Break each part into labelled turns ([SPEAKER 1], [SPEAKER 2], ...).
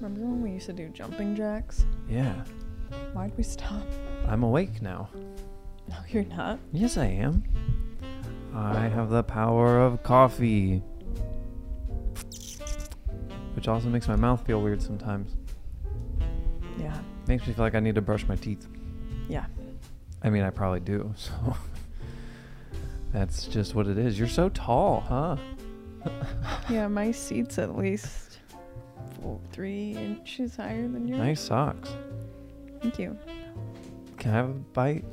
[SPEAKER 1] Remember when we used to do jumping jacks?
[SPEAKER 2] Yeah.
[SPEAKER 1] Why'd we stop?
[SPEAKER 2] I'm awake now.
[SPEAKER 1] No, you're not.
[SPEAKER 2] Yes, I am. I have the power of coffee. Which also makes my mouth feel weird sometimes.
[SPEAKER 1] Yeah.
[SPEAKER 2] Makes me feel like I need to brush my teeth.
[SPEAKER 1] Yeah.
[SPEAKER 2] I mean, I probably do, so. That's just what it is. You're so tall, huh?
[SPEAKER 1] Yeah, my seat's at least four, three inches higher than yours.
[SPEAKER 2] Nice socks.
[SPEAKER 1] Thank you.
[SPEAKER 2] Can I have a bite?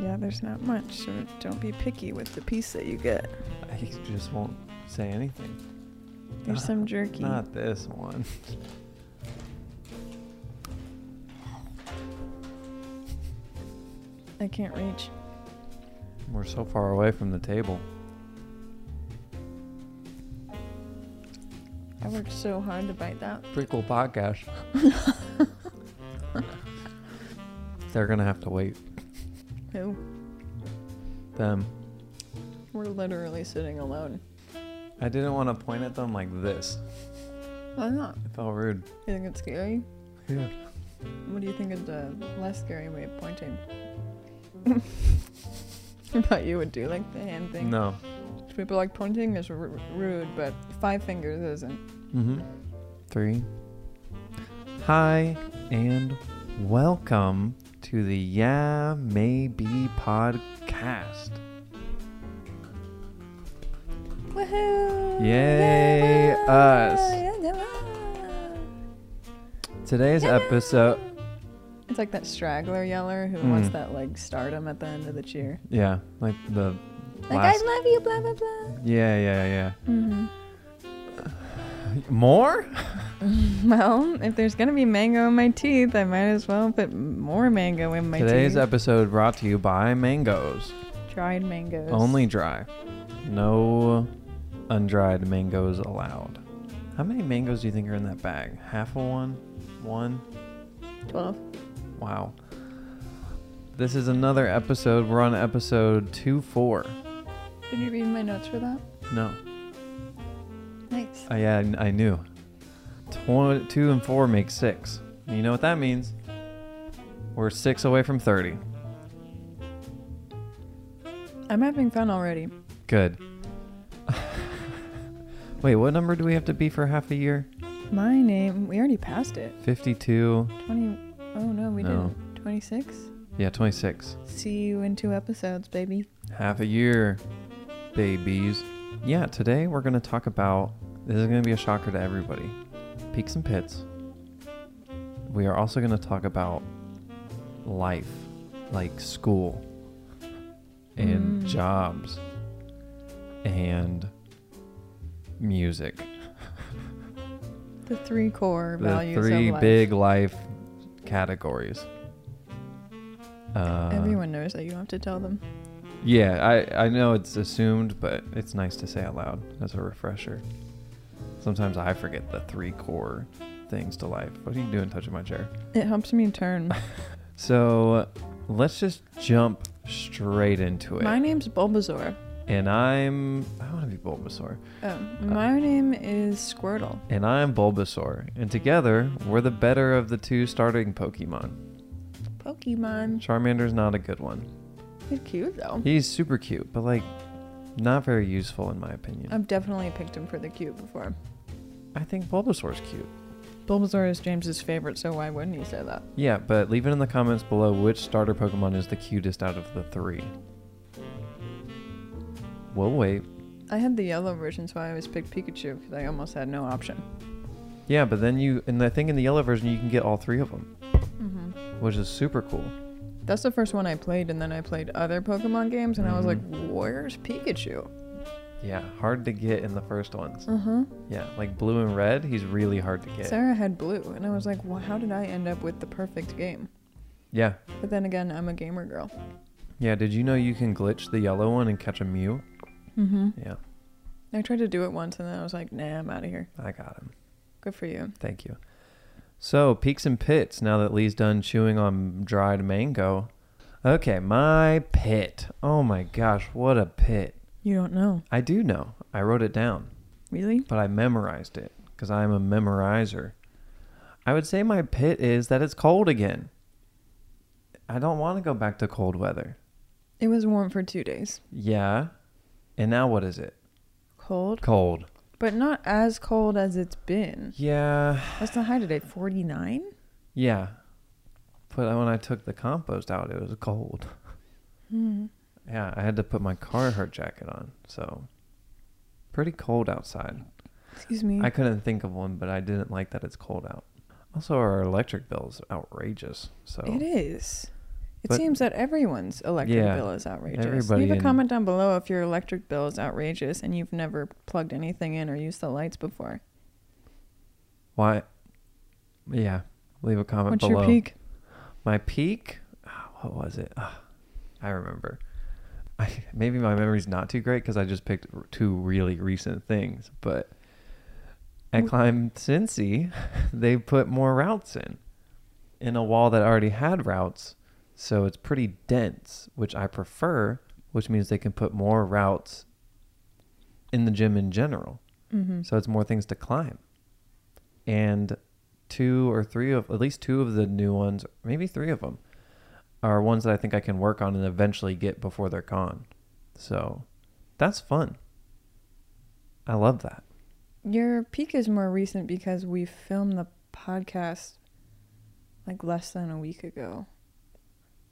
[SPEAKER 1] Yeah, there's not much, so don't be picky with the piece that you get.
[SPEAKER 2] I just won't say anything.
[SPEAKER 1] There's some jerky.
[SPEAKER 2] Not this one.
[SPEAKER 1] I can't reach.
[SPEAKER 2] We're so far away from the table.
[SPEAKER 1] I worked so hard to bite that.
[SPEAKER 2] Pretty cool podcast. They're gonna have to wait.
[SPEAKER 1] Ew.
[SPEAKER 2] Them.
[SPEAKER 1] We're literally sitting alone.
[SPEAKER 2] I didn't want to point at them like this.
[SPEAKER 1] Why not?
[SPEAKER 2] It felt rude.
[SPEAKER 1] You think it's scary?
[SPEAKER 2] Yeah.
[SPEAKER 1] What do you think of the less scary way of pointing? I thought you would do like the hand thing.
[SPEAKER 2] No.
[SPEAKER 1] People like pointing is r- rude, but five fingers isn't.
[SPEAKER 2] Mm-hmm. Three. Hi and welcome to the Yeah Maybe podcast.
[SPEAKER 1] Woohoo!
[SPEAKER 2] Yay, us. Today's episode.
[SPEAKER 1] It's like that straggler yeller who wants
[SPEAKER 2] Mm.
[SPEAKER 1] that like stardom at the end of the cheer.
[SPEAKER 2] Yeah, like the
[SPEAKER 1] Like
[SPEAKER 2] last.
[SPEAKER 1] I love you, blah blah blah.
[SPEAKER 2] yeah, yeah,
[SPEAKER 1] Mm-hmm.
[SPEAKER 2] yeah. More?
[SPEAKER 1] Well, if there's gonna be mango in my teeth, I might as well put more mango in my
[SPEAKER 2] Today's
[SPEAKER 1] teeth.
[SPEAKER 2] episode brought to you by mangoes.
[SPEAKER 1] dried mangoes.
[SPEAKER 2] Only dry. No undried mangoes allowed. How many mangoes do you think are in that bag? Half a one? One?
[SPEAKER 1] twelve.
[SPEAKER 2] Wow. This is another episode. We're on episode 2 4.
[SPEAKER 1] Did you read my notes for that?
[SPEAKER 2] No.
[SPEAKER 1] Nice.
[SPEAKER 2] Uh, yeah, I I knew. Tw- 2 and 4 make 6. And you know what that means? We're 6 away from 30.
[SPEAKER 1] I'm having fun already.
[SPEAKER 2] Good. Wait, what number do we have to be for half a year?
[SPEAKER 1] My name. We already passed it.
[SPEAKER 2] 52.
[SPEAKER 1] Twenty. Oh no, we
[SPEAKER 2] No.
[SPEAKER 1] didn't. Twenty-six.
[SPEAKER 2] Yeah, 26.
[SPEAKER 1] See you in two episodes, baby.
[SPEAKER 2] Half a year, babies. Yeah, today we're going to talk about this is going to be a shocker to everybody peaks and pits. We are also going to talk about life, like school and
[SPEAKER 1] Mm.
[SPEAKER 2] jobs and music.
[SPEAKER 1] The three core
[SPEAKER 2] The
[SPEAKER 1] values
[SPEAKER 2] three
[SPEAKER 1] of life.
[SPEAKER 2] big life categories. Uh,
[SPEAKER 1] Everyone knows that you don't have to tell them.
[SPEAKER 2] Yeah, I, I know it's assumed, but it's nice to say out loud as a refresher. Sometimes I forget the three core things to life. What are you doing touching my chair?
[SPEAKER 1] It helps me turn.
[SPEAKER 2] So let's just jump straight into it.
[SPEAKER 1] My name's Bulbasaur.
[SPEAKER 2] And I'm I want to be Bulbasaur.
[SPEAKER 1] Oh, my name is Squirtle.
[SPEAKER 2] And I'm Bulbasaur. And together we're the better of the two starting Pokemon.
[SPEAKER 1] Pokemon.
[SPEAKER 2] Charmander's not a good one.
[SPEAKER 1] He's cute though.
[SPEAKER 2] He's super cute, but like not very useful in my opinion.
[SPEAKER 1] I've definitely picked him for the cute before.
[SPEAKER 2] I think Bulbasaur's cute.
[SPEAKER 1] Bulbasaur is James's favorite, so why wouldn't he say that?
[SPEAKER 2] Yeah, but leave it in the comments below which starter Pokemon is the cutest out of the three. We'll wait.
[SPEAKER 1] I had the yellow version, so I always picked Pikachu because I almost had no option.
[SPEAKER 2] Yeah, but then you, and I think in the yellow version, you can get all three of them,
[SPEAKER 1] hmm
[SPEAKER 2] which is super cool.
[SPEAKER 1] That's the first one I played, and then I played other Pokemon games, and I was
[SPEAKER 2] Mhm.
[SPEAKER 1] like, "Where's Pikachu?"
[SPEAKER 2] Yeah, hard to get in the first ones.
[SPEAKER 1] Uh huh.
[SPEAKER 2] Yeah, like blue and red, he's really hard to get.
[SPEAKER 1] Sarah had blue, and I was like, well, how did I end up with the perfect game?
[SPEAKER 2] Yeah.
[SPEAKER 1] But then again, I'm a gamer girl.
[SPEAKER 2] Yeah, did you know you can glitch the yellow one and catch a Mew?
[SPEAKER 1] Mm-hmm.
[SPEAKER 2] Yeah,
[SPEAKER 1] I tried to do it once, and then I was like, nah, I'm out of here.
[SPEAKER 2] I got him.
[SPEAKER 1] Good for you.
[SPEAKER 2] Thank you. So, peaks and pits, now that Lee's done chewing on dried mango. Okay, my pit. Oh my gosh, what a pit.
[SPEAKER 1] You don't know.
[SPEAKER 2] I do know. I wrote it down,
[SPEAKER 1] Really?
[SPEAKER 2] but I memorized it because I'm a memorizer. I would say my pit is that it's cold again. I don't want to go back to cold weather.
[SPEAKER 1] It was warm for two days.
[SPEAKER 2] Yeah. And now what is it?
[SPEAKER 1] Cold,
[SPEAKER 2] Cold.
[SPEAKER 1] but not as cold as it's been.
[SPEAKER 2] Yeah.
[SPEAKER 1] What's the high today? 49?
[SPEAKER 2] Yeah. But when I took the compost out, it was cold.
[SPEAKER 1] Hmm.
[SPEAKER 2] Yeah, I had to put my Carhartt jacket on. So pretty cold outside.
[SPEAKER 1] Excuse me.
[SPEAKER 2] I couldn't think of one, but I didn't like that it's cold out. Also, our electric bill is outrageous. So
[SPEAKER 1] It is. It
[SPEAKER 2] But-
[SPEAKER 1] seems that everyone's electric
[SPEAKER 2] Yeah,
[SPEAKER 1] bill is outrageous.
[SPEAKER 2] everybody
[SPEAKER 1] Leave
[SPEAKER 2] in-
[SPEAKER 1] a comment down below if your electric bill is outrageous and you've never plugged anything in or used the lights before.
[SPEAKER 2] why? Yeah, leave a comment
[SPEAKER 1] What's
[SPEAKER 2] below.
[SPEAKER 1] your peak?
[SPEAKER 2] My peak? Ah, What was it? Ah, I remember. I, maybe my memory's not too great because I just picked r- two really recent things. But at
[SPEAKER 1] Wh-
[SPEAKER 2] Climb Cincy, they put more routes in in a wall that already had routes, so it's pretty dense, which I prefer. Which means they can put more routes in the gym in general.
[SPEAKER 1] Mm-hmm.
[SPEAKER 2] So it's more things to climb. And two or three of, at least two of the new ones, maybe three of them, are ones that I think I can work on and eventually get before they're gone. So that's fun. I love that.
[SPEAKER 1] Your peak is more recent because we filmed the podcast like less than a week ago.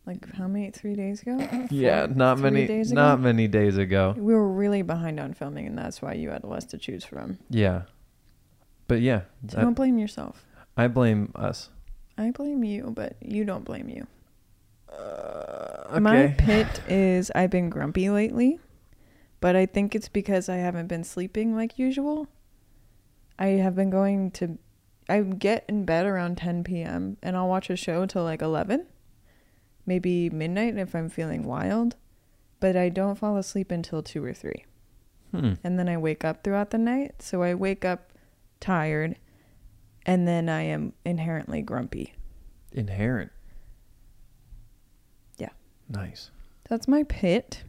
[SPEAKER 1] Like how many? Three days ago?
[SPEAKER 2] Yeah,
[SPEAKER 1] Four-
[SPEAKER 2] not
[SPEAKER 1] three
[SPEAKER 2] many,
[SPEAKER 1] days ago?
[SPEAKER 2] not many days ago.
[SPEAKER 1] We were really behind on filming, and that's why you had less to choose from.
[SPEAKER 2] Yeah, but yeah,
[SPEAKER 1] So
[SPEAKER 2] I,
[SPEAKER 1] don't blame yourself.
[SPEAKER 2] I blame us.
[SPEAKER 1] I blame you, but you don't blame you. Uh, My pit is I've been grumpy lately, but I think it's because I haven't been sleeping like usual. I have been going to, I get in bed around 10 p.m. and I'll watch a show till like 11, maybe midnight if I'm feeling wild, but I don't fall asleep until 2 or 3
[SPEAKER 2] Hmm.
[SPEAKER 1] and then I wake up throughout the night. So I wake up tired, and then I am inherently grumpy.
[SPEAKER 2] Inherent.
[SPEAKER 1] Yeah.
[SPEAKER 2] Nice.
[SPEAKER 1] That's my pit.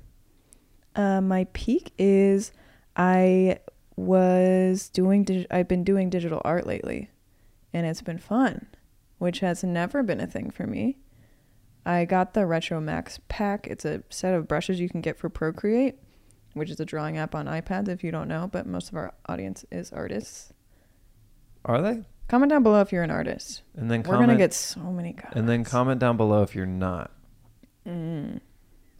[SPEAKER 1] Uh, my peak is I was doing. Dig- I've been doing digital art lately, and it's been fun, which has never been a thing for me. I got the Retro Max pack. It's a set of brushes you can get for Procreate, which is a drawing app on iPads. If you don't know, but most of our audience is artists.
[SPEAKER 2] Are they?
[SPEAKER 1] Comment down below if you're an artist.
[SPEAKER 2] And then
[SPEAKER 1] We're
[SPEAKER 2] comment.
[SPEAKER 1] gonna get so many comments.
[SPEAKER 2] and then comment down below if you're not.
[SPEAKER 1] Mm.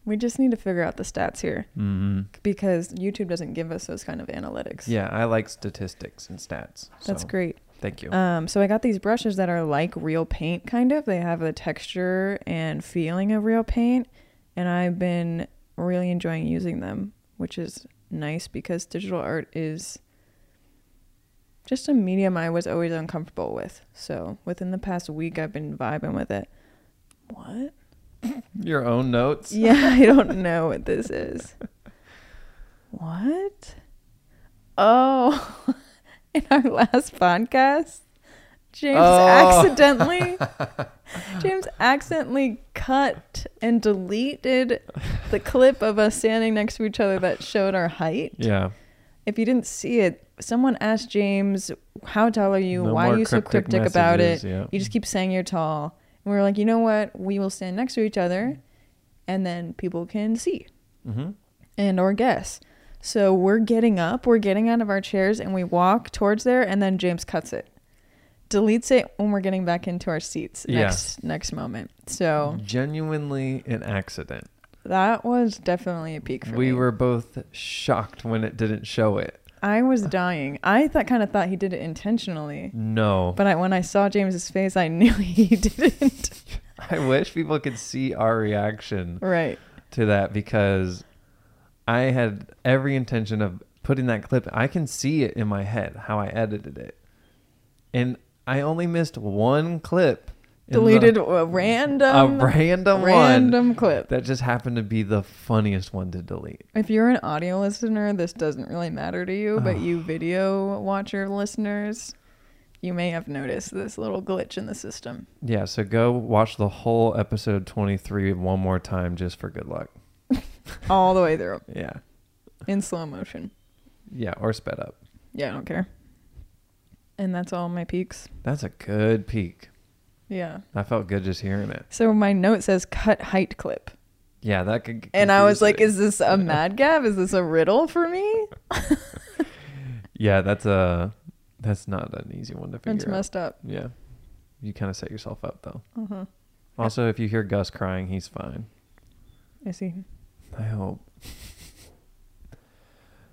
[SPEAKER 1] We just need to figure out the stats here
[SPEAKER 2] Mm-hmm.
[SPEAKER 1] because YouTube doesn't give us those kind of analytics.
[SPEAKER 2] Yeah, I like statistics and stats.
[SPEAKER 1] that's
[SPEAKER 2] so
[SPEAKER 1] great.
[SPEAKER 2] Thank you.
[SPEAKER 1] Um, so I got these brushes that are like real paint, kind of. They have the texture and feeling of real paint, and I've been really enjoying using them, which is nice because digital art is just a medium I was always uncomfortable with. So within the past week, I've been vibing with it. What?
[SPEAKER 2] Your own notes.
[SPEAKER 1] Yeah, I don't know what this is. What? Oh, in our last podcast, James
[SPEAKER 2] Oh.
[SPEAKER 1] accidentally James accidentally cut and deleted the clip of us standing next to each other that showed our height.
[SPEAKER 2] Yeah.
[SPEAKER 1] If you didn't see it, someone asked James, "How tall are you?
[SPEAKER 2] No
[SPEAKER 1] Why are
[SPEAKER 2] more
[SPEAKER 1] you so
[SPEAKER 2] cryptic
[SPEAKER 1] cryptic about it?"
[SPEAKER 2] messages, yeah.
[SPEAKER 1] You just keep saying you're tall. And we were like, you know what? We will stand next to each other and then people can see
[SPEAKER 2] Mm-hmm.
[SPEAKER 1] and or guess. So we're getting up, we're getting out of our chairs and we walk towards there and then James cuts it. Deletes it when we're getting back into our seats
[SPEAKER 2] Yeah.
[SPEAKER 1] next next moment. So
[SPEAKER 2] Genuinely an accident.
[SPEAKER 1] that was definitely a peak for
[SPEAKER 2] We
[SPEAKER 1] me.
[SPEAKER 2] were both shocked when it didn't show it.
[SPEAKER 1] I was dying. I thought kind of thought he did it intentionally.
[SPEAKER 2] No.
[SPEAKER 1] But I, when I saw James's face, I knew he didn't.
[SPEAKER 2] I wish people could see our reaction
[SPEAKER 1] right.
[SPEAKER 2] to that because I had every intention of putting that clip. I can see it in my head how I edited it. And I only missed one clip. in the-
[SPEAKER 1] Deleted a random
[SPEAKER 2] a random, one.
[SPEAKER 1] random clip.
[SPEAKER 2] That just happened to be the funniest one to delete.
[SPEAKER 1] If you're an audio listener, this doesn't really matter to you, but you video watcher listeners, you may have noticed this little glitch in the system.
[SPEAKER 2] Yeah, so go watch the whole episode 23 one more time just for good luck.
[SPEAKER 1] All the way through
[SPEAKER 2] Yeah.
[SPEAKER 1] in slow motion.
[SPEAKER 2] Yeah, or sped up.
[SPEAKER 1] Yeah, I don't care. and that's all my peaks.
[SPEAKER 2] That's a good peak.
[SPEAKER 1] Yeah.
[SPEAKER 2] I felt good just hearing it.
[SPEAKER 1] So my note says cut height clip.
[SPEAKER 2] Yeah, that could. get
[SPEAKER 1] And I was like,
[SPEAKER 2] confusing.
[SPEAKER 1] is this a mad gab? Is this a riddle for me?
[SPEAKER 2] yeah, that's a that's not an easy one to figure
[SPEAKER 1] It's
[SPEAKER 2] out.
[SPEAKER 1] messed up.
[SPEAKER 2] Yeah, you kind of set yourself up though.
[SPEAKER 1] Uh-huh.
[SPEAKER 2] Also, if you hear Gus crying, he's fine.
[SPEAKER 1] I see.
[SPEAKER 2] I hope.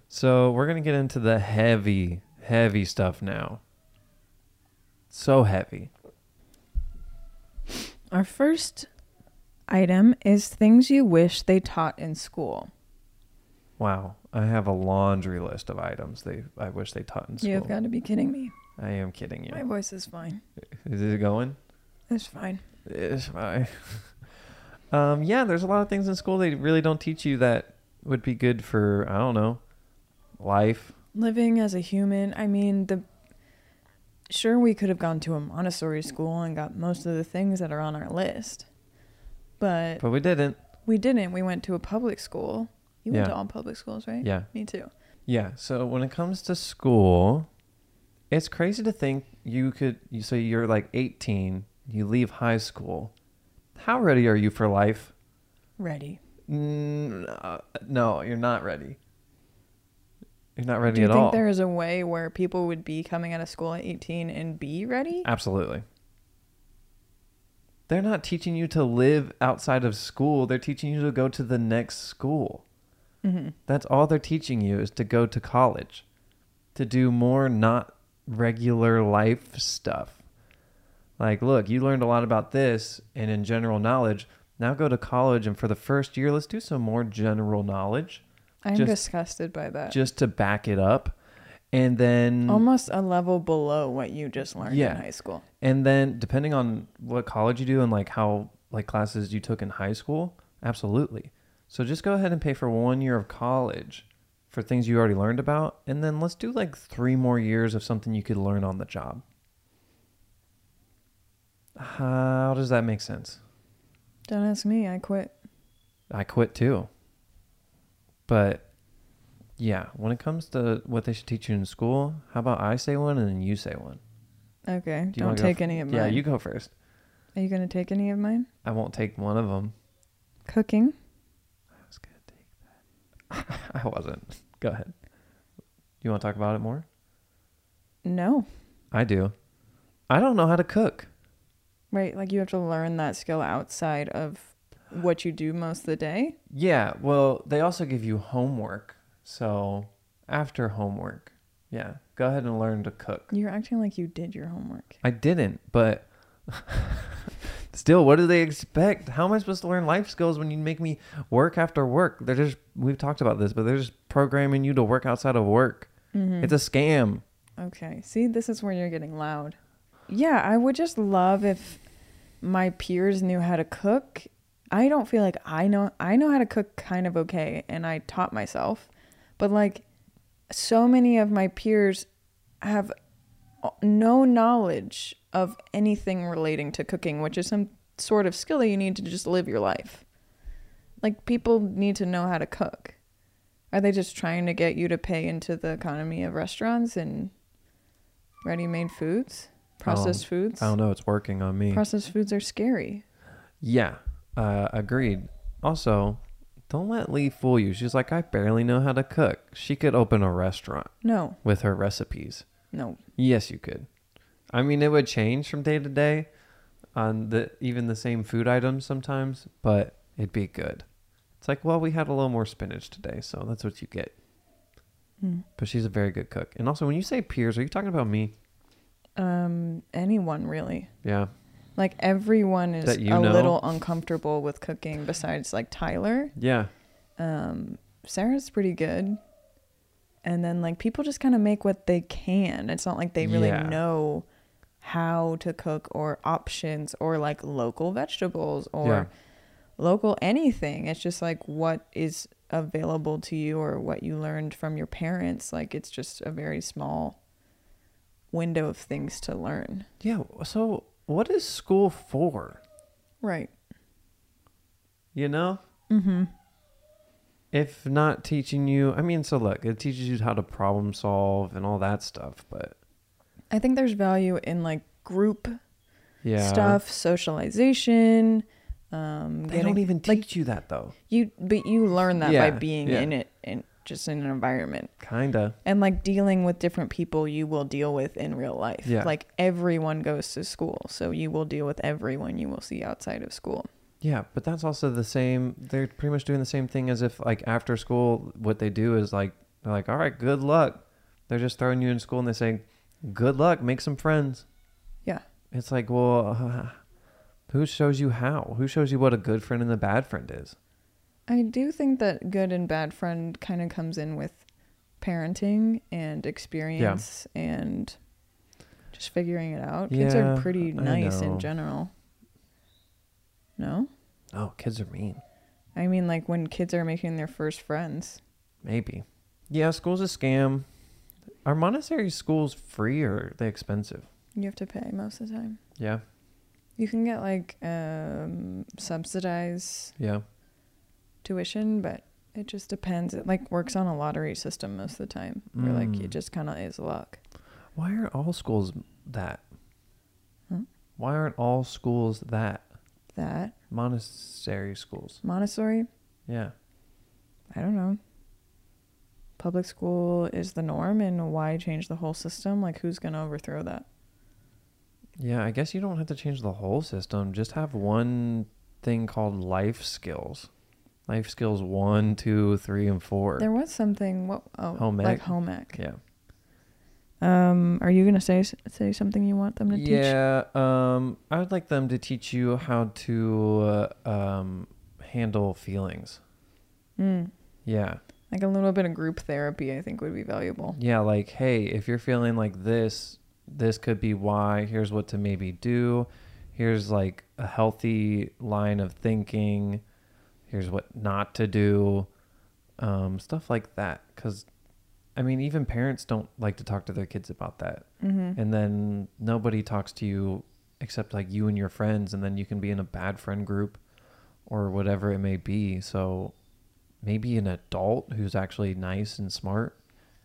[SPEAKER 2] so we're gonna get into the heavy, heavy stuff now. So heavy.
[SPEAKER 1] Our first item is things you wish they taught in school.
[SPEAKER 2] Wow, I have a laundry list of items they I wish they taught in school.
[SPEAKER 1] You've got to be kidding me.
[SPEAKER 2] I am kidding
[SPEAKER 1] My
[SPEAKER 2] you.
[SPEAKER 1] voice is fine.
[SPEAKER 2] Is it going?
[SPEAKER 1] It's fine.
[SPEAKER 2] Ish, I- um, yeah, there's a lot of things in school they really don't teach you that would be good for I don't know, life.
[SPEAKER 1] Living as a human, I mean, the sure we could have gone to a Montessori school and got most of the things that are on our list. But
[SPEAKER 2] But we didn't.
[SPEAKER 1] we didn't. We went to a public school. You went
[SPEAKER 2] Yeah.
[SPEAKER 1] to all public schools, right?
[SPEAKER 2] Yeah,
[SPEAKER 1] Me too.
[SPEAKER 2] yeah. So when it comes to school, it's crazy to think you could. You, so you're like 18, you leave high school. How ready are you for life?
[SPEAKER 1] Ready.
[SPEAKER 2] Mm, uh, no, you're not ready. You're not ready
[SPEAKER 1] Do you
[SPEAKER 2] at
[SPEAKER 1] think
[SPEAKER 2] all.
[SPEAKER 1] there is a way where people would be coming out of school at 18 and be ready?
[SPEAKER 2] Absolutely. They're not teaching you to live outside of school. They're teaching you to go to the next school.
[SPEAKER 1] Mm-hmm.
[SPEAKER 2] That's all they're teaching you is to go to college, to do more not regular life stuff. Like, look, you learned a lot about this and in general knowledge. Now go to college, and for the first year, let's do some more general knowledge
[SPEAKER 1] I'm
[SPEAKER 2] Just-
[SPEAKER 1] disgusted by that.
[SPEAKER 2] just to back it up. And then.
[SPEAKER 1] Almost a level below what you just learned
[SPEAKER 2] Yeah.
[SPEAKER 1] in high school.
[SPEAKER 2] And then depending on what college you do and like how like classes you took in high school, absolutely. So just go ahead and pay for one year of college for things you already learned about and then let's do like 3 more years of something you could learn on the job. How does that make sense?
[SPEAKER 1] Don't ask me. I quit.
[SPEAKER 2] I quit too. But yeah, when it comes to what they should teach you in school, how about I say one and then you say one?
[SPEAKER 1] Okay.
[SPEAKER 2] Do you
[SPEAKER 1] Don't
[SPEAKER 2] wanna go
[SPEAKER 1] take
[SPEAKER 2] f-
[SPEAKER 1] any of mine.
[SPEAKER 2] Yeah, you go first.
[SPEAKER 1] Are you going to take any of mine?
[SPEAKER 2] I won't take one of them.
[SPEAKER 1] Cooking.
[SPEAKER 2] I was gonna take that. I wasn't. Go ahead. You want to talk about it more?
[SPEAKER 1] No.
[SPEAKER 2] I do. I don't know how to cook.
[SPEAKER 1] Right. Like you have to learn that skill outside of what you do most of the day.
[SPEAKER 2] Yeah. Well, they also give you homework. So after homework, yeah, go ahead and learn to cook.
[SPEAKER 1] You're acting like you did your homework.
[SPEAKER 2] I didn't, but still, what do they expect? How am I supposed to learn life skills when you make me work after work? They're just, we've talked about this, but they're just programming you to work outside of work.
[SPEAKER 1] Mm-hmm.
[SPEAKER 2] It's a scam.
[SPEAKER 1] Okay. See, this is where you're getting loud. Yeah, I would just love if my peers knew how to cook. I don't feel like I know I know how to cook kind of okay and I taught myself. But like so many of my peers have no knowledge of anything relating to cooking, which is some sort of skill that you need to just live your life. Like people need to know how to cook. Are they just trying to get you to pay into the economy of restaurants and ready-made foods, processed foods?
[SPEAKER 2] I don't know. It's working on me.
[SPEAKER 1] Processed foods are scary.
[SPEAKER 2] Yeah, uh, agreed. Also, don't let Lee fool you. She's like, I barely know how to cook. She could open a restaurant
[SPEAKER 1] No,
[SPEAKER 2] with her recipes.
[SPEAKER 1] no.
[SPEAKER 2] Yes, you could. I mean, it would change from day to day on the even the same food items sometimes, but it'd be good. It's like, well, we had a little more spinach today, so that's what you get.
[SPEAKER 1] Mm.
[SPEAKER 2] But she's a very good cook. And also, when you say peers, are you talking about me?
[SPEAKER 1] Um, anyone really?
[SPEAKER 2] Yeah.
[SPEAKER 1] Like everyone is
[SPEAKER 2] That you
[SPEAKER 1] a
[SPEAKER 2] know?
[SPEAKER 1] little uncomfortable with cooking. Besides, like Tyler,
[SPEAKER 2] Yeah.
[SPEAKER 1] um, Sarah's pretty good. And then like people just kind of make what they can. It's not like they really
[SPEAKER 2] Yeah.
[SPEAKER 1] know how to cook or options or like local vegetables or
[SPEAKER 2] Yeah.
[SPEAKER 1] local anything. It's just like what is available to you or what you learned from your parents. Like it's just a very small window of things to learn.
[SPEAKER 2] Yeah. So, what is school for?
[SPEAKER 1] Right.
[SPEAKER 2] You know?
[SPEAKER 1] Mm-hmm.
[SPEAKER 2] if not teaching you i mean so look it teaches you how to problem solve and all that stuff but
[SPEAKER 1] I think there's value in like group
[SPEAKER 2] Yeah.
[SPEAKER 1] stuff, socialization. Um,
[SPEAKER 2] They
[SPEAKER 1] getting-
[SPEAKER 2] don't even teach
[SPEAKER 1] like-
[SPEAKER 2] you that though.
[SPEAKER 1] you, but you learn that
[SPEAKER 2] Yeah,
[SPEAKER 1] by being
[SPEAKER 2] yeah.
[SPEAKER 1] in it and just in an environment
[SPEAKER 2] Kinda.
[SPEAKER 1] and like dealing with different people you will deal with in real life.
[SPEAKER 2] Yeah.
[SPEAKER 1] Like everyone goes to school, so you will deal with everyone you will see outside of school.
[SPEAKER 2] Yeah, but that's also the same. They're pretty much doing the same thing as if like after school, what they do is like they're like, all right, good luck. They're just throwing you in school and they say, good luck, make some friends.
[SPEAKER 1] Yeah.
[SPEAKER 2] It's like, well, uh, who shows you how? Who shows you what a good friend and a bad friend is?
[SPEAKER 1] I do think that good and bad friend kind of comes in with parenting and experience and just figuring it out. Kids are
[SPEAKER 2] Yeah,
[SPEAKER 1] pretty
[SPEAKER 2] I
[SPEAKER 1] nice
[SPEAKER 2] know.
[SPEAKER 1] in general. No?
[SPEAKER 2] Oh, kids are mean.
[SPEAKER 1] I mean, like when kids are making their first friends.
[SPEAKER 2] Maybe. Yeah, school's a scam. Are monastery schools free or are they expensive?
[SPEAKER 1] You have to pay most of the time.
[SPEAKER 2] Yeah,
[SPEAKER 1] You can get like um, subsidized
[SPEAKER 2] yeah.
[SPEAKER 1] tuition, but it just depends. It like works on a lottery system most of the time, where like
[SPEAKER 2] Mm.
[SPEAKER 1] it just kind of is luck.
[SPEAKER 2] Why are all schools that?
[SPEAKER 1] Hmm?
[SPEAKER 2] Why aren't all schools that?
[SPEAKER 1] That
[SPEAKER 2] Monastery schools.
[SPEAKER 1] Montessori,
[SPEAKER 2] Yeah.
[SPEAKER 1] I don't know. Public school is the norm, and why change the whole system? Like, who's gonna overthrow that?
[SPEAKER 2] Yeah, I guess you don't have to change the whole system. Just have one thing called life skills. Life skills one, two, three, and four.
[SPEAKER 1] There was something. What? Oh,
[SPEAKER 2] Home
[SPEAKER 1] like
[SPEAKER 2] ec?
[SPEAKER 1] home ec.
[SPEAKER 2] yeah.
[SPEAKER 1] Um, are you gonna say say something you want them to teach?
[SPEAKER 2] Yeah. Um, I would like them to teach you how to uh, um, handle feelings.
[SPEAKER 1] Mm,
[SPEAKER 2] Yeah.
[SPEAKER 1] like a little bit of group therapy, I think would be valuable.
[SPEAKER 2] Yeah, like, hey, if you're feeling like this, this could be why. Here's what to maybe do. Here's like a healthy line of thinking. Here's what not to do. Um, stuff like that. Because, I mean, even parents don't like to talk to their kids about that.
[SPEAKER 1] Mm-hmm.
[SPEAKER 2] And then nobody talks to you except like you and your friends. And then you can be in a bad friend group or whatever it may be. So maybe an adult who's actually nice and smart.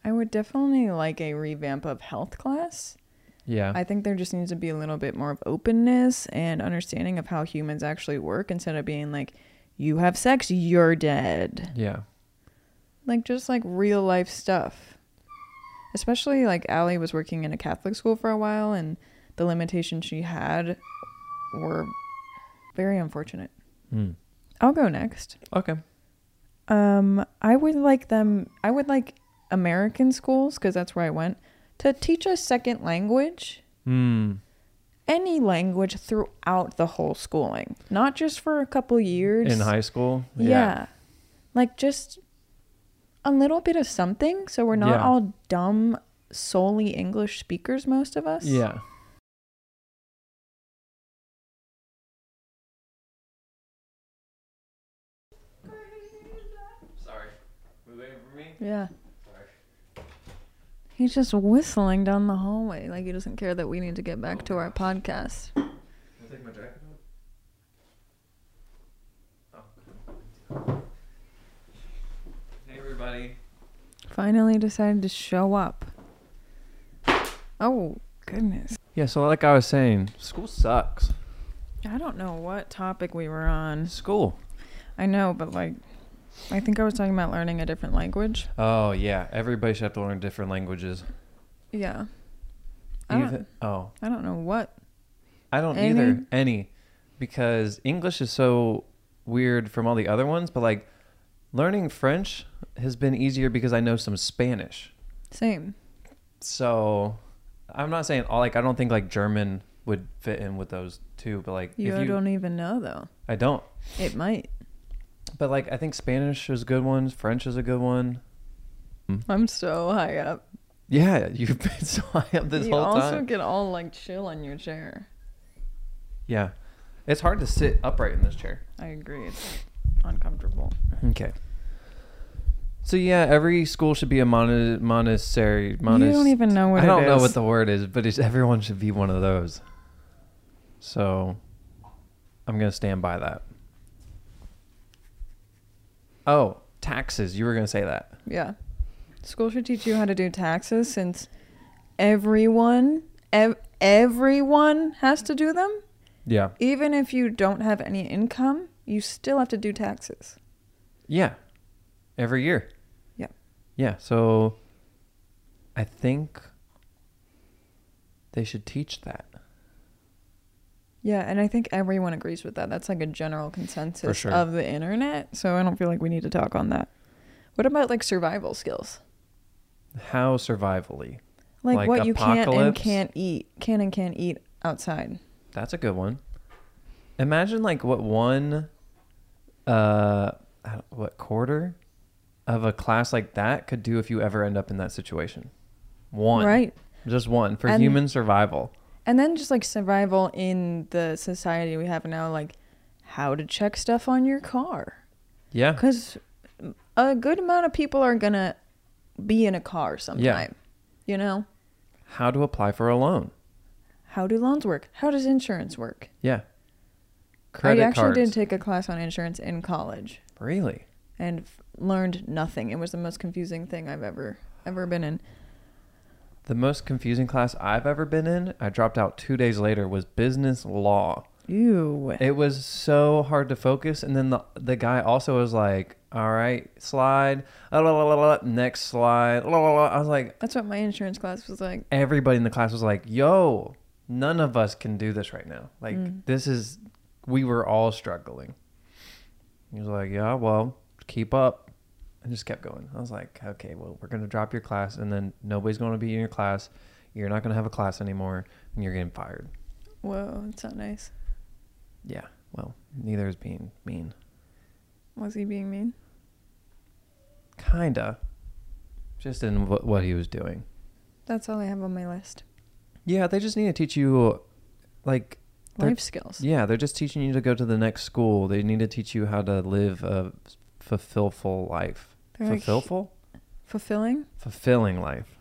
[SPEAKER 1] I would definitely like a revamp of health class.
[SPEAKER 2] Yeah.
[SPEAKER 1] I think there just needs to be a little bit more of openness and understanding of how humans actually work instead of being like, you have sex, you're dead.
[SPEAKER 2] Yeah.
[SPEAKER 1] Like, just like real life stuff. Especially like Allie was working in a Catholic school for a while, and the limitations she had were very unfortunate.
[SPEAKER 2] Mm.
[SPEAKER 1] I'll go next.
[SPEAKER 2] Okay.
[SPEAKER 1] Um, I would like them. I would like American schools because that's where I went to teach a second language,
[SPEAKER 2] Mm.
[SPEAKER 1] any language throughout the whole schooling, not just for a couple years
[SPEAKER 2] In high school.
[SPEAKER 1] Yeah. like just a little bit of something, so we're not
[SPEAKER 2] Yeah.
[SPEAKER 1] all dumb, solely English speakers. Most of us.
[SPEAKER 2] Yeah. Sorry. Move away from me.
[SPEAKER 1] Yeah.
[SPEAKER 2] Sorry.
[SPEAKER 1] He's just whistling down the hallway, like he doesn't care that we need to get back to our podcast.
[SPEAKER 2] Can I take my jacket off? Oh. Hey everybody.
[SPEAKER 1] finally decided to show up. Oh, goodness.
[SPEAKER 2] Yeah, so like I was saying, school sucks.
[SPEAKER 1] I don't know what topic we were on.
[SPEAKER 2] School.
[SPEAKER 1] I know, but like, I think I was talking about learning a different language.
[SPEAKER 2] Oh yeah, everybody should have to learn different languages.
[SPEAKER 1] Yeah. I don't,
[SPEAKER 2] Even- oh,
[SPEAKER 1] I don't know what.
[SPEAKER 2] I don't
[SPEAKER 1] Any?
[SPEAKER 2] either. Any. Because English is so weird from all the other ones, but like learning French has been easier because I know some Spanish.
[SPEAKER 1] Same.
[SPEAKER 2] So I'm not saying all like I don't think like German would fit in with those two, but like
[SPEAKER 1] You,
[SPEAKER 2] if you
[SPEAKER 1] don't even know, though.
[SPEAKER 2] I don't.
[SPEAKER 1] It might.
[SPEAKER 2] But like I think Spanish is a good one, French is a good one.
[SPEAKER 1] I'm so high up.
[SPEAKER 2] Yeah, you've been so high up this
[SPEAKER 1] you
[SPEAKER 2] whole
[SPEAKER 1] also
[SPEAKER 2] time.
[SPEAKER 1] get all like chill on your chair.
[SPEAKER 2] yeah. It's hard to sit upright in this chair.
[SPEAKER 1] I agree. It's uncomfortable.
[SPEAKER 2] Okay. So yeah, every school should be a mono, monastery. Monast-
[SPEAKER 1] you don't even know what
[SPEAKER 2] I don't
[SPEAKER 1] it
[SPEAKER 2] know
[SPEAKER 1] is.
[SPEAKER 2] what the word is, but it's, everyone should be one of those. So, I'm gonna stand by that. Oh, taxes! You were gonna say that.
[SPEAKER 1] Yeah. School should teach you how to do taxes since everyone, ev- everyone has to do them.
[SPEAKER 2] Yeah.
[SPEAKER 1] Even if you don't have any income, you still have to do taxes.
[SPEAKER 2] Yeah. Every year.
[SPEAKER 1] Yeah.
[SPEAKER 2] Yeah. So I think they should teach that.
[SPEAKER 1] Yeah, and I think everyone agrees with that. That's like a general consensus
[SPEAKER 2] sure.
[SPEAKER 1] of the internet. So I don't feel like we need to talk on that. What about like survival skills?
[SPEAKER 2] How survivally.
[SPEAKER 1] Like,
[SPEAKER 2] Like
[SPEAKER 1] what you can't and
[SPEAKER 2] apocalypse?
[SPEAKER 1] can't eat, can and can't eat outside.
[SPEAKER 2] That's a good one. Imagine like what one uh I don't- what quarter of a class like that could do if you ever end up in that situation. One.
[SPEAKER 1] Right.
[SPEAKER 2] Just one for
[SPEAKER 1] And-
[SPEAKER 2] human survival.
[SPEAKER 1] And then just like survival in the society we have now, like how to check stuff on your car.
[SPEAKER 2] Yeah.
[SPEAKER 1] Because a good amount of people are going to be in a car sometime. You know?
[SPEAKER 2] How to apply for a loan.
[SPEAKER 1] How do loans work? How does insurance work?
[SPEAKER 2] Yeah.
[SPEAKER 1] I
[SPEAKER 2] Credit
[SPEAKER 1] actually
[SPEAKER 2] cards.
[SPEAKER 1] did take a class on insurance in college
[SPEAKER 2] really?
[SPEAKER 1] and f- learned nothing. It was the most confusing thing I've ever ever been in.
[SPEAKER 2] The most confusing class I've ever been in, I dropped out two days later, was business law.
[SPEAKER 1] Ew.
[SPEAKER 2] It was so hard to focus. And then the, the guy also was like, all right, slide, la, la, la, la, la, next slide. la, la, la." I was like,
[SPEAKER 1] That's what my insurance class was like.
[SPEAKER 2] everybody in the class was like, yo, none of us can do this right now. Like, this is, we were all struggling. He was like, yeah, well, keep up. And just kept going. I was like, okay, well, we're going to drop your class, and then nobody's going to be in your class. You're not going to have a class anymore, and you're getting fired.
[SPEAKER 1] Whoa, that's not nice.
[SPEAKER 2] Yeah, well, neither is being mean.
[SPEAKER 1] Was he being mean?
[SPEAKER 2] Kinda. Just in wh- what he was doing.
[SPEAKER 1] That's all I have on my list.
[SPEAKER 2] Yeah, they just need to teach you, like, They're-
[SPEAKER 1] Life skills.
[SPEAKER 2] Yeah, they're just teaching you to go to the next school. They need to teach you how to live a fulfillful life.
[SPEAKER 1] They're like-
[SPEAKER 2] fulfillful?
[SPEAKER 1] Fulfilling?
[SPEAKER 2] Fulfilling life.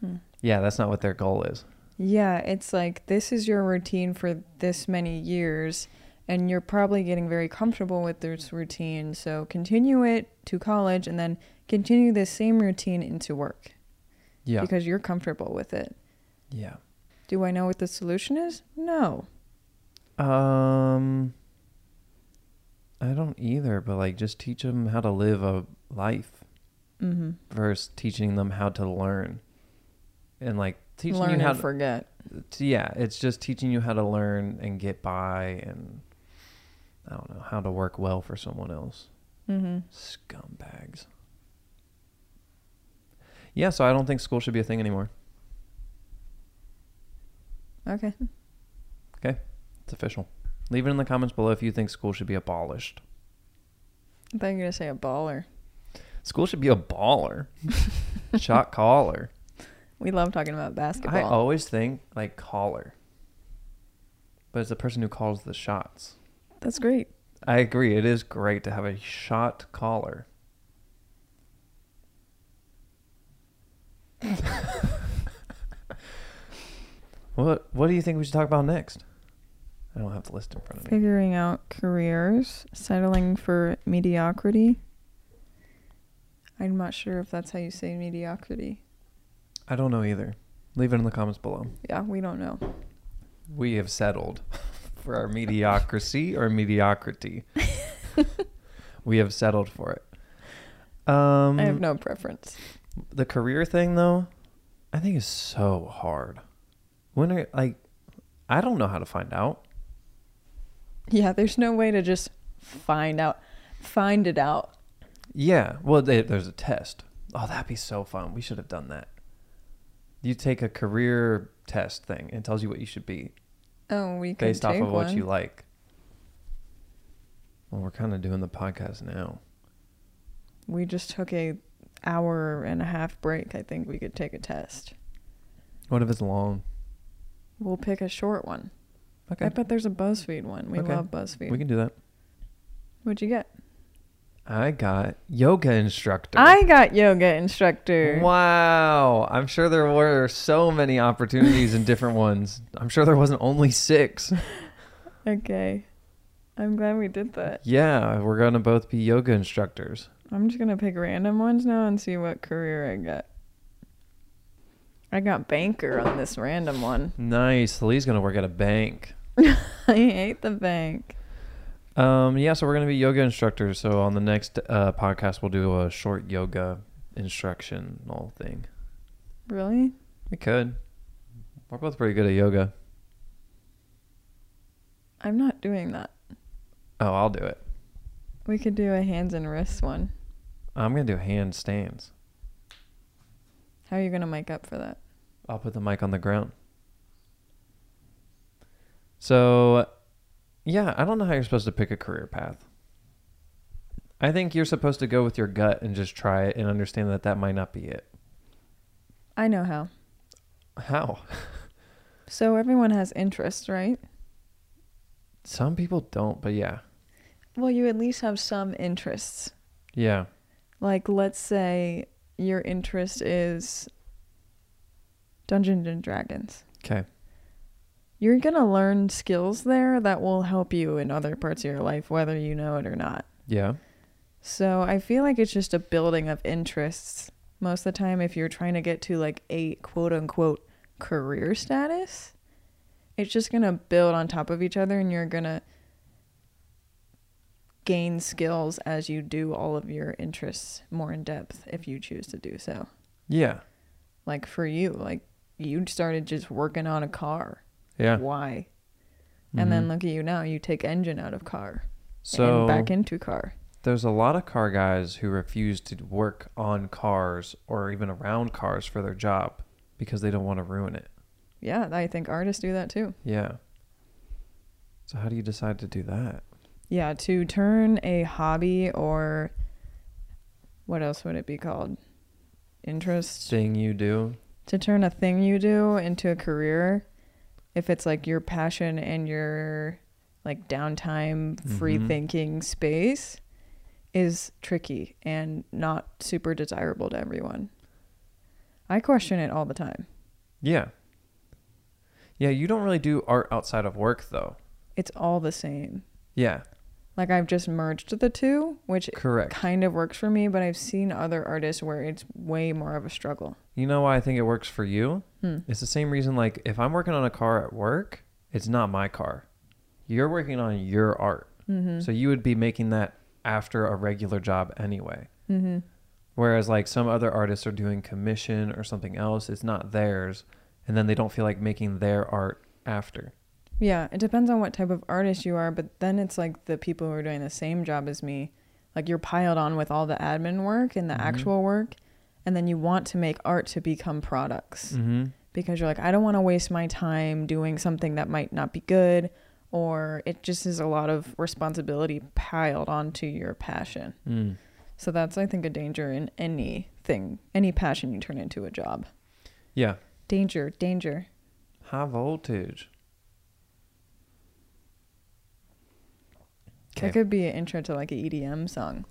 [SPEAKER 1] Hmm.
[SPEAKER 2] Yeah, that's not what their goal is.
[SPEAKER 1] Yeah, it's like this is your routine for this many years, and you're probably getting very comfortable with this routine. So continue it to college and then continue this same routine into work
[SPEAKER 2] Yeah.
[SPEAKER 1] because you're comfortable with it.
[SPEAKER 2] yeah.
[SPEAKER 1] Do I know what the solution is? No.
[SPEAKER 2] Um I don't either, but like just teach them how to live a life
[SPEAKER 1] Mm-hmm.
[SPEAKER 2] versus teaching them how to learn. And like teaching
[SPEAKER 1] Learn
[SPEAKER 2] you how
[SPEAKER 1] and
[SPEAKER 2] to
[SPEAKER 1] forget.
[SPEAKER 2] t- yeah, it's just teaching you how to learn and get by and I don't know, how to work well for someone else.
[SPEAKER 1] Mm-hmm.
[SPEAKER 2] Scumbags. Yeah, so I don't think school should be a thing anymore.
[SPEAKER 1] Okay.
[SPEAKER 2] It's official. Leave it in the comments below if you think school should be abolished.
[SPEAKER 1] I thought you were gonna say a baller.
[SPEAKER 2] School should be a baller. Shot caller.
[SPEAKER 1] We love talking about
[SPEAKER 2] I
[SPEAKER 1] basketball.
[SPEAKER 2] always think like caller. But it's the person who calls the shots.
[SPEAKER 1] That's great.
[SPEAKER 2] I agree. It is great to have a shot caller. what What do you think we should talk about next? I don't have the list in front of me.
[SPEAKER 1] Figuring out careers, settling for mediocrity. I'm not sure if that's how you say mediocrity.
[SPEAKER 2] I don't know either. Leave it in the comments below.
[SPEAKER 1] Yeah, we don't know.
[SPEAKER 2] We have settled for our mediocrity or mediocrity. we have settled for it. Um,
[SPEAKER 1] I have no preference.
[SPEAKER 2] the career thing though i think is so hard when are like i don't know how to find out
[SPEAKER 1] Yeah, there's no way to just find out, find it out.
[SPEAKER 2] yeah well they, there's a test oh that'd be so fun we should have done that you take a career test thing and it tells you what you should be
[SPEAKER 1] Oh, we could
[SPEAKER 2] based off
[SPEAKER 1] take
[SPEAKER 2] of what
[SPEAKER 1] one.
[SPEAKER 2] you like well we're kind of doing the podcast now
[SPEAKER 1] We just took a hour and a half break. I think we could take a test.
[SPEAKER 2] what if it's long
[SPEAKER 1] We'll pick a short one. I
[SPEAKER 2] okay
[SPEAKER 1] bet there's a BuzzFeed one. We
[SPEAKER 2] Okay.
[SPEAKER 1] love BuzzFeed.
[SPEAKER 2] we can do that
[SPEAKER 1] What'd you get?
[SPEAKER 2] i got yoga instructor
[SPEAKER 1] I got yoga instructor.
[SPEAKER 2] Wow. I'm sure there were so many opportunities and different ones. I'm sure there wasn't only six.
[SPEAKER 1] Okay. I'm glad we did that.
[SPEAKER 2] Yeah, we're going to both be yoga instructors.
[SPEAKER 1] I'm just going to pick random ones now and see what career I get. I got banker on this random one.
[SPEAKER 2] Nice. Lee's gonna work at a bank.
[SPEAKER 1] I hate the bank.
[SPEAKER 2] Um, yeah, so we're gonna be yoga instructors. So on the next uh, podcast, we'll do a short yoga instructional thing.
[SPEAKER 1] Really?
[SPEAKER 2] We could. We're both pretty good at yoga.
[SPEAKER 1] I'm not doing that.
[SPEAKER 2] Oh, I'll do it.
[SPEAKER 1] We could do a hands and wrists one.
[SPEAKER 2] I'm gonna do handstands.
[SPEAKER 1] How are you going to make up for that?
[SPEAKER 2] I'll put the mic on the ground. So, yeah, I don't know how you're supposed to pick a career path. I think you're supposed to go with your gut and just try it and understand that that might not be it.
[SPEAKER 1] I know how.
[SPEAKER 2] How?
[SPEAKER 1] So everyone has interests, right?
[SPEAKER 2] Some people don't, but yeah.
[SPEAKER 1] Well, you at least have some interests.
[SPEAKER 2] Yeah.
[SPEAKER 1] Like, let's say your interest is Dungeons and Dragons.
[SPEAKER 2] Okay.
[SPEAKER 1] You're going to learn skills there that will help you in other parts of your life, whether you know it or not.
[SPEAKER 2] Yeah.
[SPEAKER 1] So I feel like it's just a building of interests. Most of the time, if you're trying to get to like a quote unquote career status, it's just going to build on top of each other and you're going to gain skills as you do all of your interests more in depth if you choose to do so.
[SPEAKER 2] Yeah.
[SPEAKER 1] Like for you, like you started just working on a car.
[SPEAKER 2] Yeah.
[SPEAKER 1] Why? And then look at you now, you take engine out of car
[SPEAKER 2] Mm-hmm. So
[SPEAKER 1] and back into car.
[SPEAKER 2] there's a lot of car guys who refuse to work on cars or even around cars for their job because they don't want to ruin it.
[SPEAKER 1] Yeah, I think artists do that too.
[SPEAKER 2] Yeah. So how do you decide to do that?
[SPEAKER 1] Yeah, to turn a hobby or what else would it be called? Interest.
[SPEAKER 2] Thing you do?
[SPEAKER 1] To turn a thing you do into a career, if it's like your passion and your like downtime, free
[SPEAKER 2] Mhm.
[SPEAKER 1] thinking space, is tricky and not super desirable to everyone. I question it all the time.
[SPEAKER 2] Yeah. Yeah, you don't really do art outside of work though.
[SPEAKER 1] It's all the same.
[SPEAKER 2] Yeah,
[SPEAKER 1] Like I've just merged the two, which
[SPEAKER 2] correct.
[SPEAKER 1] kind of works for me, but I've seen other artists where it's way more of a struggle.
[SPEAKER 2] You know why I think it works for you?
[SPEAKER 1] Hmm.
[SPEAKER 2] It's the same reason like if I'm working on a car at work, it's not my car. You're working on your art.
[SPEAKER 1] Mm-hmm.
[SPEAKER 2] So you would be making that after a regular job anyway.
[SPEAKER 1] mm-hmm.
[SPEAKER 2] Whereas like some other artists are doing commission or something else, it's not theirs, and then they don't feel like making their art after.
[SPEAKER 1] Yeah, it depends on what type of artist you are, but then it's like the people who are doing the same job as me, like you're piled on with all the admin work and the
[SPEAKER 2] Mhm.
[SPEAKER 1] actual work, and then you want to make art to become products
[SPEAKER 2] Mm-hmm.
[SPEAKER 1] because you're like, I don't want to waste my time doing something that might not be good, or it just is a lot of responsibility piled onto your passion.
[SPEAKER 2] Mm.
[SPEAKER 1] So that's, I think, a danger in anything, any passion you turn into a job.
[SPEAKER 2] Yeah.
[SPEAKER 1] Danger, danger.
[SPEAKER 2] High voltage.
[SPEAKER 1] That
[SPEAKER 2] Okay.
[SPEAKER 1] could be an intro to like an EDM song.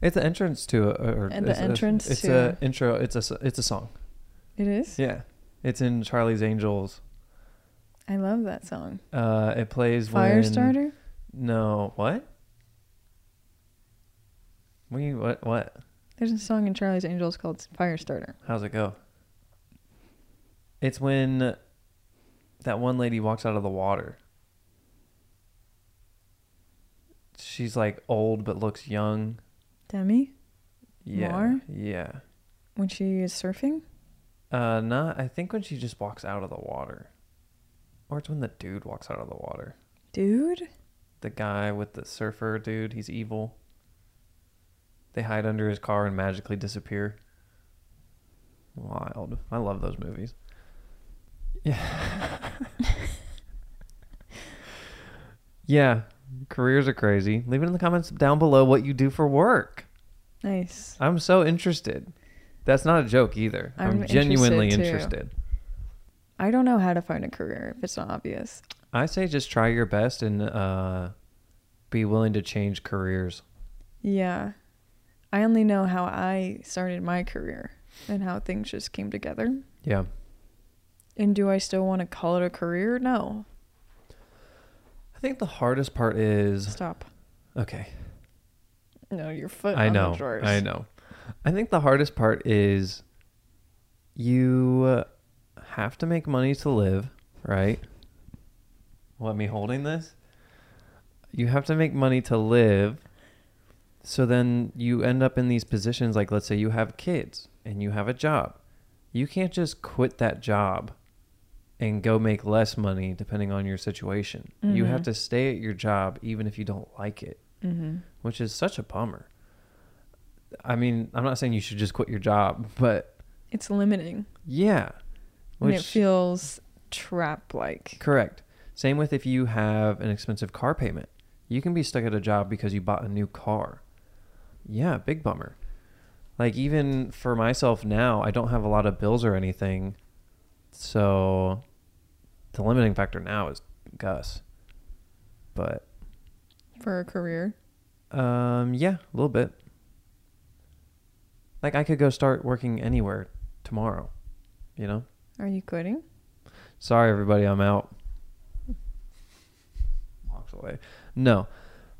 [SPEAKER 2] It's an entrance to a, or
[SPEAKER 1] And the
[SPEAKER 2] it's a-
[SPEAKER 1] entrance
[SPEAKER 2] It's
[SPEAKER 1] to-
[SPEAKER 2] a intro. It's a s- it's a song.
[SPEAKER 1] It is?
[SPEAKER 2] Yeah, it's in Charlie's Angels.
[SPEAKER 1] I love that song.
[SPEAKER 2] Uh, it plays when
[SPEAKER 1] Firestarter?
[SPEAKER 2] No, what? We what what?
[SPEAKER 1] There's a song in Charlie's Angels called Firestarter.
[SPEAKER 2] How's it go? It's when that one lady walks out of the water. She's like old but looks young.
[SPEAKER 1] Demi,
[SPEAKER 2] Yeah.
[SPEAKER 1] More?
[SPEAKER 2] Yeah.
[SPEAKER 1] when she is surfing?
[SPEAKER 2] Uh, not. I think when she just walks out of the water, or it's when the dude walks out of the water.
[SPEAKER 1] Dude?
[SPEAKER 2] The guy with the surfer dude. He's evil. They hide under his car and magically disappear. Wild. I love those movies. Yeah. yeah. Careers are crazy. Leave it in the comments down below what you do for work.
[SPEAKER 1] Nice.
[SPEAKER 2] I'm so interested. That's not a joke either.
[SPEAKER 1] I'm
[SPEAKER 2] I'm,
[SPEAKER 1] interested
[SPEAKER 2] genuinely
[SPEAKER 1] too.
[SPEAKER 2] interested.
[SPEAKER 1] I don't know how to find a career if it's not obvious.
[SPEAKER 2] I say just try your best and uh, be willing to change careers.
[SPEAKER 1] Yeah. I only know how I started my career and how things just came together.
[SPEAKER 2] Yeah.
[SPEAKER 1] And do I still want to call it a career? No.
[SPEAKER 2] I think the hardest part is
[SPEAKER 1] Stop.
[SPEAKER 2] okay.
[SPEAKER 1] No, your foot
[SPEAKER 2] I
[SPEAKER 1] on
[SPEAKER 2] know.
[SPEAKER 1] the drawers.
[SPEAKER 2] I know. I think the hardest part is you have to make money to live, right? What, me holding this? You have to make money to live. So then you end up in these positions like, let's say you have kids and you have a job. You can't just quit that job and go make less money depending on your situation. You have
[SPEAKER 1] Mhm.
[SPEAKER 2] to stay at your job even if you don't like it
[SPEAKER 1] Mm-hmm.
[SPEAKER 2] which is such a bummer. I mean, I'm not saying you should just quit your job, but
[SPEAKER 1] It's limiting.
[SPEAKER 2] yeah,
[SPEAKER 1] and it feels trap like.
[SPEAKER 2] correct. Same with if you have an expensive car payment, you can be stuck at a job because you bought a new car. Yeah, big bummer. Like even for myself now, I don't have a lot of bills or anything, so the limiting factor now is Gus. But
[SPEAKER 1] for a career.
[SPEAKER 2] Um, yeah, a little bit. Like I could go start working anywhere tomorrow, you know?
[SPEAKER 1] Are you quitting?
[SPEAKER 2] Sorry everybody, I'm out. Walks away. No.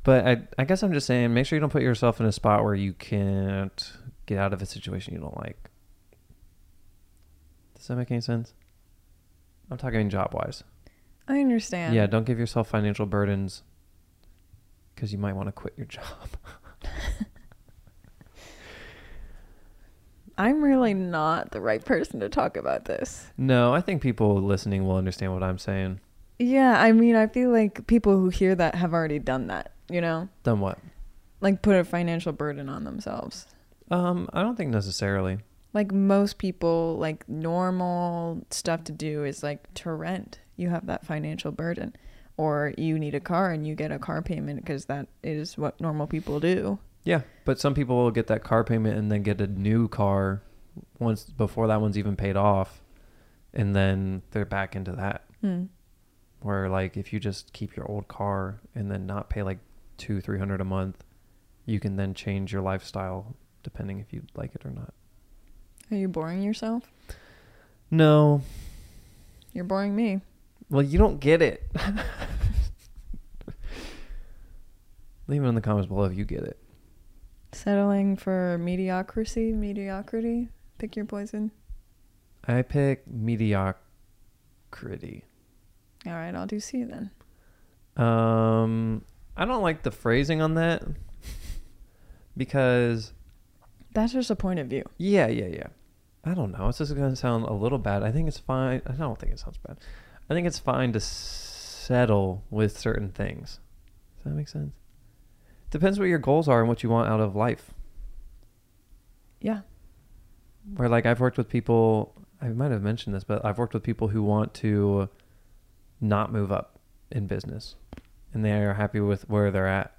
[SPEAKER 2] But I I guess I'm just saying make sure you don't put yourself in a spot where you can't get out of a situation you don't like. Does that make any sense? I'm talking job wise.
[SPEAKER 1] I understand.
[SPEAKER 2] Yeah, don't give yourself financial burdens because you might want to quit your job.
[SPEAKER 1] I'm really not the right person to talk about this.
[SPEAKER 2] No, I think people listening will understand what I'm saying.
[SPEAKER 1] Yeah, I mean, I feel like people who hear that have already done that, you know?
[SPEAKER 2] Done what?
[SPEAKER 1] Like put a financial burden on themselves.
[SPEAKER 2] Um, I don't think necessarily.
[SPEAKER 1] Like most people, like normal stuff to do is like to rent. You have that financial burden. Or you need a car and you get a car payment because that is what normal people do.
[SPEAKER 2] Yeah, but some people will get that car payment and then get a new car once before that one's even paid off, and then they're back into that.
[SPEAKER 1] Hmm.
[SPEAKER 2] Where like if you just keep your old car and then not pay like two three hundred a month, you can then change your lifestyle depending if you like it or not.
[SPEAKER 1] Are you boring yourself?
[SPEAKER 2] No,
[SPEAKER 1] You're boring me.
[SPEAKER 2] well you don't get it. Leave it in the comments below if you get it.
[SPEAKER 1] Settling for mediocrity, mediocrity. Pick your poison.
[SPEAKER 2] I pick mediocrity.
[SPEAKER 1] All right, I'll do C then.
[SPEAKER 2] Um, I don't like the phrasing on that because
[SPEAKER 1] That's just a point of view.
[SPEAKER 2] yeah, yeah, yeah. I don't know. It's just gonna sound a little bad. I think it's fine. I don't think it sounds bad. I think it's fine to s- settle with certain things. Does that make sense? Depends what your goals are and what you want out of life.
[SPEAKER 1] Yeah.
[SPEAKER 2] where like I've worked with people I might have mentioned this, but I've worked with people who want to not move up in business and they are happy with where they're at.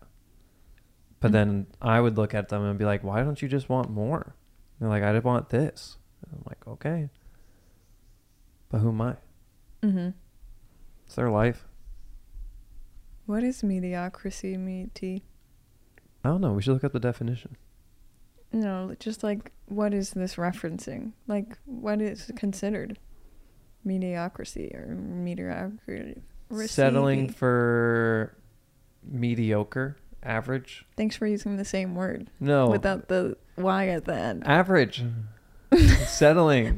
[SPEAKER 2] But
[SPEAKER 1] Mhm.
[SPEAKER 2] then I would look at them and be like, Why don't you just want more? And they're like, I just want this. And I'm like, Okay. But who am I?
[SPEAKER 1] Mm-hmm.
[SPEAKER 2] It's their life.
[SPEAKER 1] What is mediocrity? Me t?
[SPEAKER 2] I don't know. We should look up the definition.
[SPEAKER 1] No, just like what is this referencing? Like what is considered mediocrity or mediocrity?
[SPEAKER 2] Settling for mediocre, average.
[SPEAKER 1] Thanks for using the same word
[SPEAKER 2] No.
[SPEAKER 1] without the y at the end.
[SPEAKER 2] average. Settling.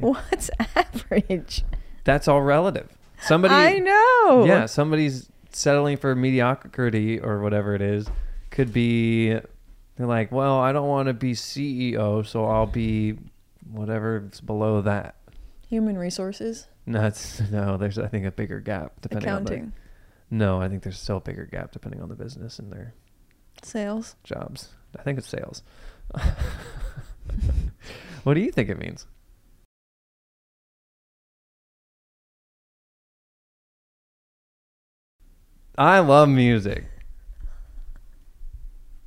[SPEAKER 1] What's average?
[SPEAKER 2] That's all relative. Somebody,
[SPEAKER 1] I know.
[SPEAKER 2] yeah, somebody's settling for mediocrity or whatever it is. Could be they're like, well, I don't want to be CEO, so I'll be whatever's below that.
[SPEAKER 1] Human resources,
[SPEAKER 2] No, it's, no, there's I think a bigger gap depending on
[SPEAKER 1] accounting,
[SPEAKER 2] the. No, I think there's still a bigger gap depending on the business and their
[SPEAKER 1] sales.
[SPEAKER 2] jobs. I think it's sales. what do you think it means? I love music.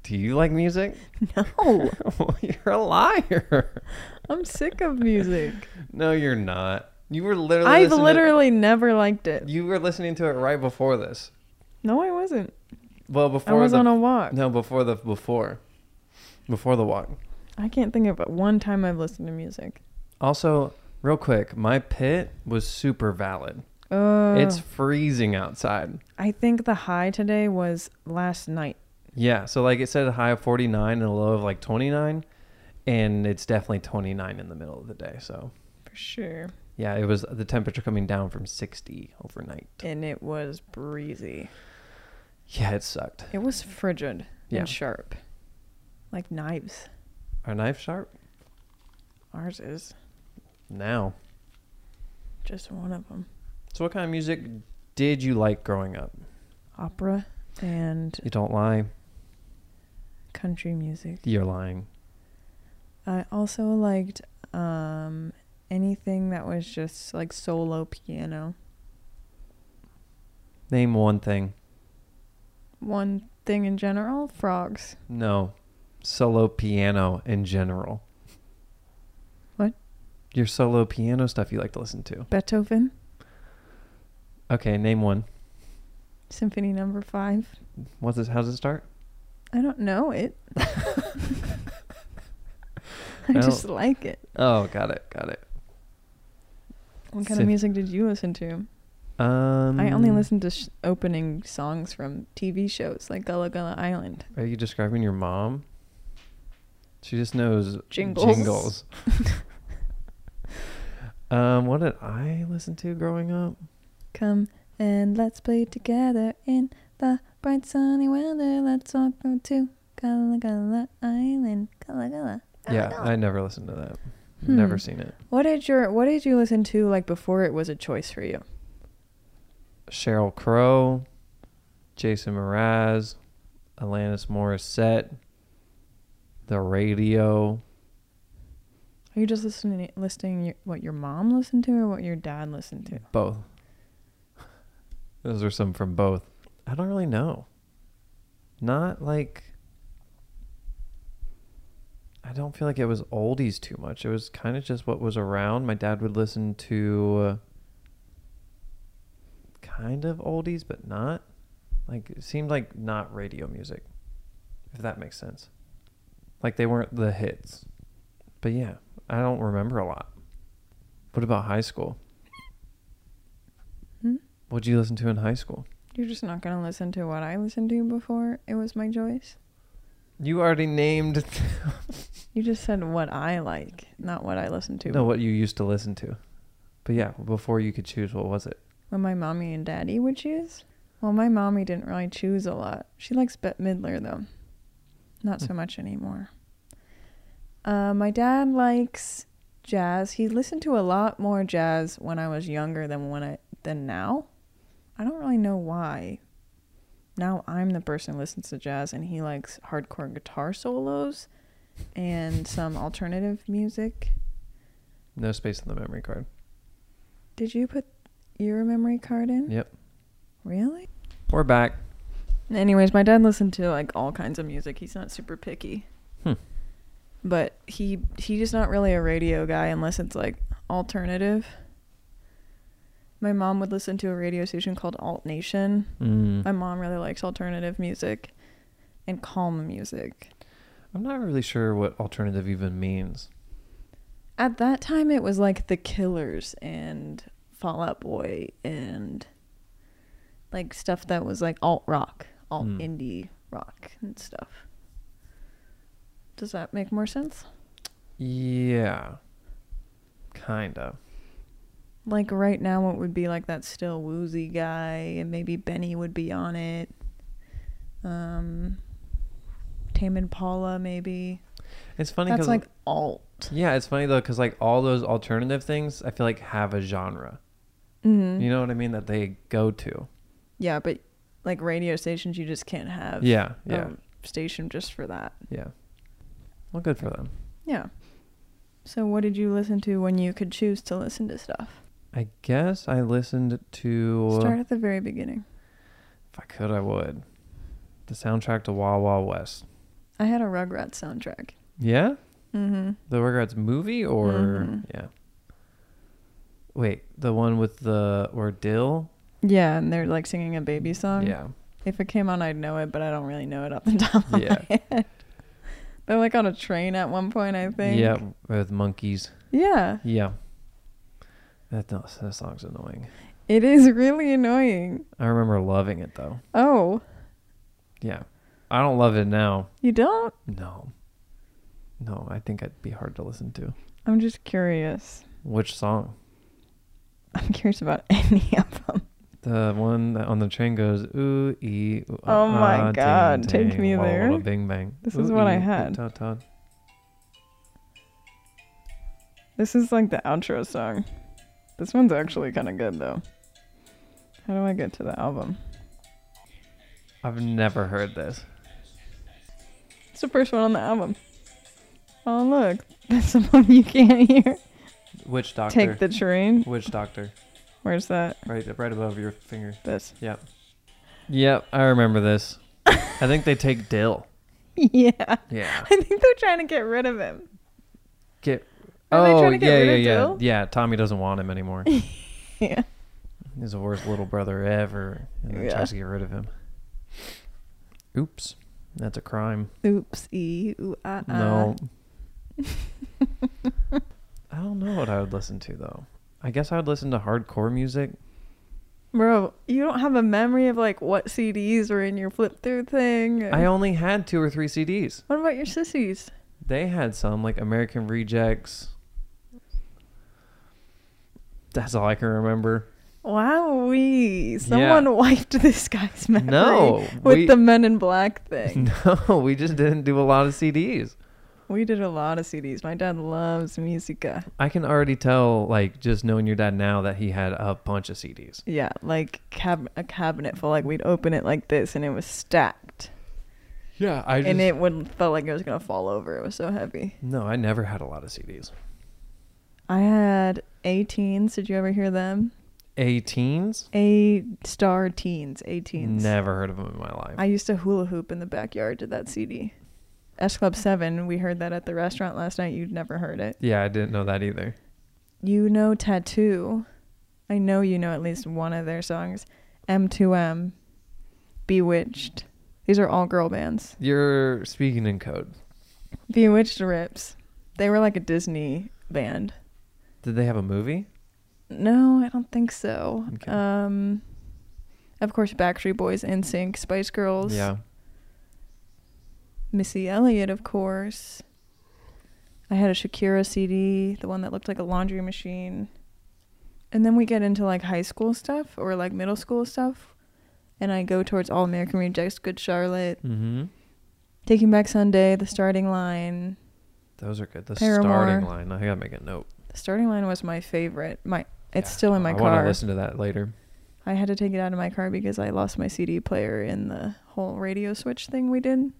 [SPEAKER 2] Do you like music?
[SPEAKER 1] No.
[SPEAKER 2] well, you're a liar.
[SPEAKER 1] I'm sick of music.
[SPEAKER 2] No, you're not. You were literally.
[SPEAKER 1] I've
[SPEAKER 2] listening-
[SPEAKER 1] literally never liked it.
[SPEAKER 2] You were listening to it right before this.
[SPEAKER 1] No, I wasn't.
[SPEAKER 2] Well,
[SPEAKER 1] I
[SPEAKER 2] before
[SPEAKER 1] was
[SPEAKER 2] the
[SPEAKER 1] on a walk.
[SPEAKER 2] no, before the before, before the walk.
[SPEAKER 1] I can't think of it. one time I've listened to music.
[SPEAKER 2] Also, real quick, my pit was super valid.
[SPEAKER 1] Uh,
[SPEAKER 2] It's freezing outside.
[SPEAKER 1] I think the high today was last night.
[SPEAKER 2] Yeah, so like it said a high of 49 and a low of like 29, and it's definitely 29 in the middle of the day. So,
[SPEAKER 1] For sure.
[SPEAKER 2] Yeah, it was the temperature coming down from 60 overnight.
[SPEAKER 1] and it was breezy.
[SPEAKER 2] Yeah, it sucked.
[SPEAKER 1] It was frigid
[SPEAKER 2] Yeah.
[SPEAKER 1] and sharp, like knives.
[SPEAKER 2] Our knife sharp?
[SPEAKER 1] Ours is
[SPEAKER 2] Now.
[SPEAKER 1] just one of them.
[SPEAKER 2] So, what kind of music did you like growing up?
[SPEAKER 1] Opera and
[SPEAKER 2] You don't lie.
[SPEAKER 1] country music.
[SPEAKER 2] You're lying.
[SPEAKER 1] I also liked um, anything that was just like solo piano.
[SPEAKER 2] Name one thing.
[SPEAKER 1] One thing in general, frogs.
[SPEAKER 2] No. Solo piano in general.
[SPEAKER 1] What?
[SPEAKER 2] Your solo piano stuff you like to listen to.
[SPEAKER 1] Beethoven,
[SPEAKER 2] Okay, name one.
[SPEAKER 1] Symphony Number Five.
[SPEAKER 2] What's this? How does it start?
[SPEAKER 1] I don't know it. I
[SPEAKER 2] Well-
[SPEAKER 1] just like it.
[SPEAKER 2] Oh, got it. Got it.
[SPEAKER 1] What kind
[SPEAKER 2] Sym-
[SPEAKER 1] of music did you listen to?
[SPEAKER 2] Um,
[SPEAKER 1] I only listened to sh- opening songs from TV shows like Gullah Gullah Island.
[SPEAKER 2] Are you describing your mom? She just knows
[SPEAKER 1] Jingles.
[SPEAKER 2] jingles. um, what did I listen to growing up?
[SPEAKER 1] Come and let's play together in the bright sunny weather. Let's all go to Gullah Gullah Island. Gullah Gullah. Gullah
[SPEAKER 2] yeah,
[SPEAKER 1] Gullah.
[SPEAKER 2] I never listened to that. Never
[SPEAKER 1] Hmm.
[SPEAKER 2] seen it.
[SPEAKER 1] What did your What did you listen to like before it was a choice for you?
[SPEAKER 2] Cheryl Crow, Jason Mraz, Alanis Morissette, the radio.
[SPEAKER 1] Are you just listening listening your, what your mom listened to or what your dad listened to?
[SPEAKER 2] Both. Those are some from both. I don't really know. Not like. I don't feel like it was oldies too much. It was kind of just what was around. My dad would listen to uh, kind of oldies, but not. Like, it seemed like not radio music, if that makes sense. Like, they weren't the hits. But yeah, I don't remember a lot. What about high school?
[SPEAKER 1] Hmm?
[SPEAKER 2] What'd you listen to in high school?
[SPEAKER 1] You're just not gonna listen to what I listened to before it was my choice.
[SPEAKER 2] You already named
[SPEAKER 1] You just said what I like, not what I listen to.
[SPEAKER 2] no what you used to listen to, but yeah, before you could choose, what was it?
[SPEAKER 1] When my mommy and daddy would choose? Well, my mommy didn't really choose a lot. She likes Bette Midler, though. Not so much anymore. Uh, my dad likes jazz. He listened to a lot more jazz when I was younger than when I than now. I don't really know why. Now I'm the person who listens to jazz, and he likes hardcore guitar solos and some alternative music.
[SPEAKER 2] No space on the memory card.
[SPEAKER 1] Did you put your memory card in?
[SPEAKER 2] Yep,
[SPEAKER 1] Really?
[SPEAKER 2] we're back.
[SPEAKER 1] Anyways, my dad listened to like all kinds of music. He's not super picky.
[SPEAKER 2] Hmm.
[SPEAKER 1] But he he's just not really a radio guy unless it's like alternative. My mom would listen to a radio station called Alt Nation.
[SPEAKER 2] Mm.
[SPEAKER 1] My mom really likes alternative music and calm music.
[SPEAKER 2] I'm not really sure what alternative even means.
[SPEAKER 1] At that time it was like The Killers and Fall Out Boy and like stuff that was like alt rock, alt
[SPEAKER 2] Hmm.
[SPEAKER 1] indie rock and stuff. Does that make more sense?
[SPEAKER 2] Yeah, kind of.
[SPEAKER 1] Like right now, it would be like that still woozy guy, and maybe Benny would be on it. Um, Tame Impala, maybe.
[SPEAKER 2] It's funny
[SPEAKER 1] That's
[SPEAKER 2] because
[SPEAKER 1] like alt.
[SPEAKER 2] yeah, it's funny though because like all those alternative things, I feel like have a genre.
[SPEAKER 1] Mm-hmm.
[SPEAKER 2] You know what I mean? That they go to.
[SPEAKER 1] Yeah, but like radio stations, you just can't have
[SPEAKER 2] Yeah,
[SPEAKER 1] a
[SPEAKER 2] yeah,
[SPEAKER 1] station just for that.
[SPEAKER 2] yeah. Well, good for them.
[SPEAKER 1] Yeah. So, what did you listen to when you could choose to listen to stuff?
[SPEAKER 2] I guess I listened to.
[SPEAKER 1] Start at the very beginning.
[SPEAKER 2] If I could, I would. The soundtrack to Wild Wild West.
[SPEAKER 1] I had a Rugrats soundtrack.
[SPEAKER 2] Yeah?
[SPEAKER 1] Mm-hmm.
[SPEAKER 2] The Rugrats movie or.
[SPEAKER 1] Mhm.
[SPEAKER 2] Yeah. Wait, the one with the. Or Dill?
[SPEAKER 1] Yeah, and they're like singing a baby song.
[SPEAKER 2] yeah.
[SPEAKER 1] If it came on, I'd know it, but I don't really know it off the top of
[SPEAKER 2] Yeah.
[SPEAKER 1] my head. They're like on a train at one point, I think.
[SPEAKER 2] Yeah, with monkeys.
[SPEAKER 1] Yeah.
[SPEAKER 2] Yeah. That, no, that song's annoying.
[SPEAKER 1] It is really annoying.
[SPEAKER 2] I remember loving it, though.
[SPEAKER 1] Oh,
[SPEAKER 2] Yeah. I don't love it now.
[SPEAKER 1] you don't?
[SPEAKER 2] No. No, I think it'd be hard to listen to.
[SPEAKER 1] I'm just curious.
[SPEAKER 2] Which song?
[SPEAKER 1] I'm curious about any of them.
[SPEAKER 2] The one that on the train goes ooh ee. Ooh,
[SPEAKER 1] Oh my
[SPEAKER 2] ah, ding,
[SPEAKER 1] God, take
[SPEAKER 2] ding,
[SPEAKER 1] me
[SPEAKER 2] wah, wah,
[SPEAKER 1] there.
[SPEAKER 2] wah, Bing bang.
[SPEAKER 1] This is what I
[SPEAKER 2] ee, ooh,
[SPEAKER 1] had.
[SPEAKER 2] ta, ta.
[SPEAKER 1] This is like the outro song. This one's actually kind of good though. How do I get to the album?
[SPEAKER 2] I've never heard this.
[SPEAKER 1] It's the first one on the album. Oh look, that's someone you can't hear.
[SPEAKER 2] Witch doctor.
[SPEAKER 1] Take the train.
[SPEAKER 2] Witch doctor.
[SPEAKER 1] Where's that?
[SPEAKER 2] Right, right above your finger.
[SPEAKER 1] This.
[SPEAKER 2] Yep. Yep, I remember this. I think they take dill.
[SPEAKER 1] Yeah.
[SPEAKER 2] Yeah.
[SPEAKER 1] I think they're trying to get rid of him.
[SPEAKER 2] Get.
[SPEAKER 1] Are they
[SPEAKER 2] oh
[SPEAKER 1] trying to get
[SPEAKER 2] yeah,
[SPEAKER 1] rid
[SPEAKER 2] yeah,
[SPEAKER 1] of
[SPEAKER 2] yeah,
[SPEAKER 1] Dill?
[SPEAKER 2] yeah. Tommy doesn't want him anymore.
[SPEAKER 1] Yeah.
[SPEAKER 2] He's the worst little brother ever, and he
[SPEAKER 1] Yeah.
[SPEAKER 2] tries to get rid of him. Oops, that's a crime.
[SPEAKER 1] Oopsie. Ooh, ah, ah.
[SPEAKER 2] No. I don't know what I would listen to though. I guess I would listen to hardcore music.
[SPEAKER 1] Bro, you don't have a memory of like what CDs were in your flip through thing.
[SPEAKER 2] I only had two or three CDs.
[SPEAKER 1] what about your sissies?
[SPEAKER 2] They had some like American Rejects. That's all I can remember.
[SPEAKER 1] Wowee. Someone wiped this guy's memory
[SPEAKER 2] No,
[SPEAKER 1] with
[SPEAKER 2] we-
[SPEAKER 1] the Men in Black thing.
[SPEAKER 2] No, we just didn't do a lot of CDs.
[SPEAKER 1] We did a lot of CDs. My dad loves musica.
[SPEAKER 2] I can already tell, like, just knowing your dad now, that he had a bunch of CDs.
[SPEAKER 1] Yeah, like cab- a cabinet full. Like we'd open it like this and it was stacked.
[SPEAKER 2] Yeah, I
[SPEAKER 1] and it would felt like it was going to fall over. It was so heavy.
[SPEAKER 2] no, I never had a lot of CDs.
[SPEAKER 1] I had A teens. Did you ever hear them?
[SPEAKER 2] A-teens?
[SPEAKER 1] A star teens. A teens.
[SPEAKER 2] Never heard of them in my life.
[SPEAKER 1] I used to hula hoop in the backyard to that CD. S Club 7, we heard that at the restaurant last night. You'd never heard it.
[SPEAKER 2] yeah, I didn't know that either.
[SPEAKER 1] You know Tattoo. I know you know at least one of their songs. M2M, Bewitched. These are all girl bands.
[SPEAKER 2] You're speaking in code.
[SPEAKER 1] Bewitched rips. They were like a Disney band.
[SPEAKER 2] Did they have a movie?
[SPEAKER 1] No, I don't think so.
[SPEAKER 2] Okay.
[SPEAKER 1] Um, of course, Backstreet Boys, NSYNC, Spice Girls.
[SPEAKER 2] Yeah.
[SPEAKER 1] Missy Elliott, of course. I had a Shakira CD, the one that looked like a laundry machine. And then we get into like high school stuff or like middle school stuff. And I go towards All American Rejects, Good Charlotte,
[SPEAKER 2] Mm-hmm.
[SPEAKER 1] Taking Back Sunday, The Starting Line.
[SPEAKER 2] Those are good. The
[SPEAKER 1] Paramore.
[SPEAKER 2] starting line. I gotta make a note.
[SPEAKER 1] The Starting Line was my favorite. My it's
[SPEAKER 2] Yeah.
[SPEAKER 1] still in my
[SPEAKER 2] I want to
[SPEAKER 1] car.
[SPEAKER 2] listen to that later.
[SPEAKER 1] I had to take it out of my car because I lost my CD player in the whole radio switch thing we did.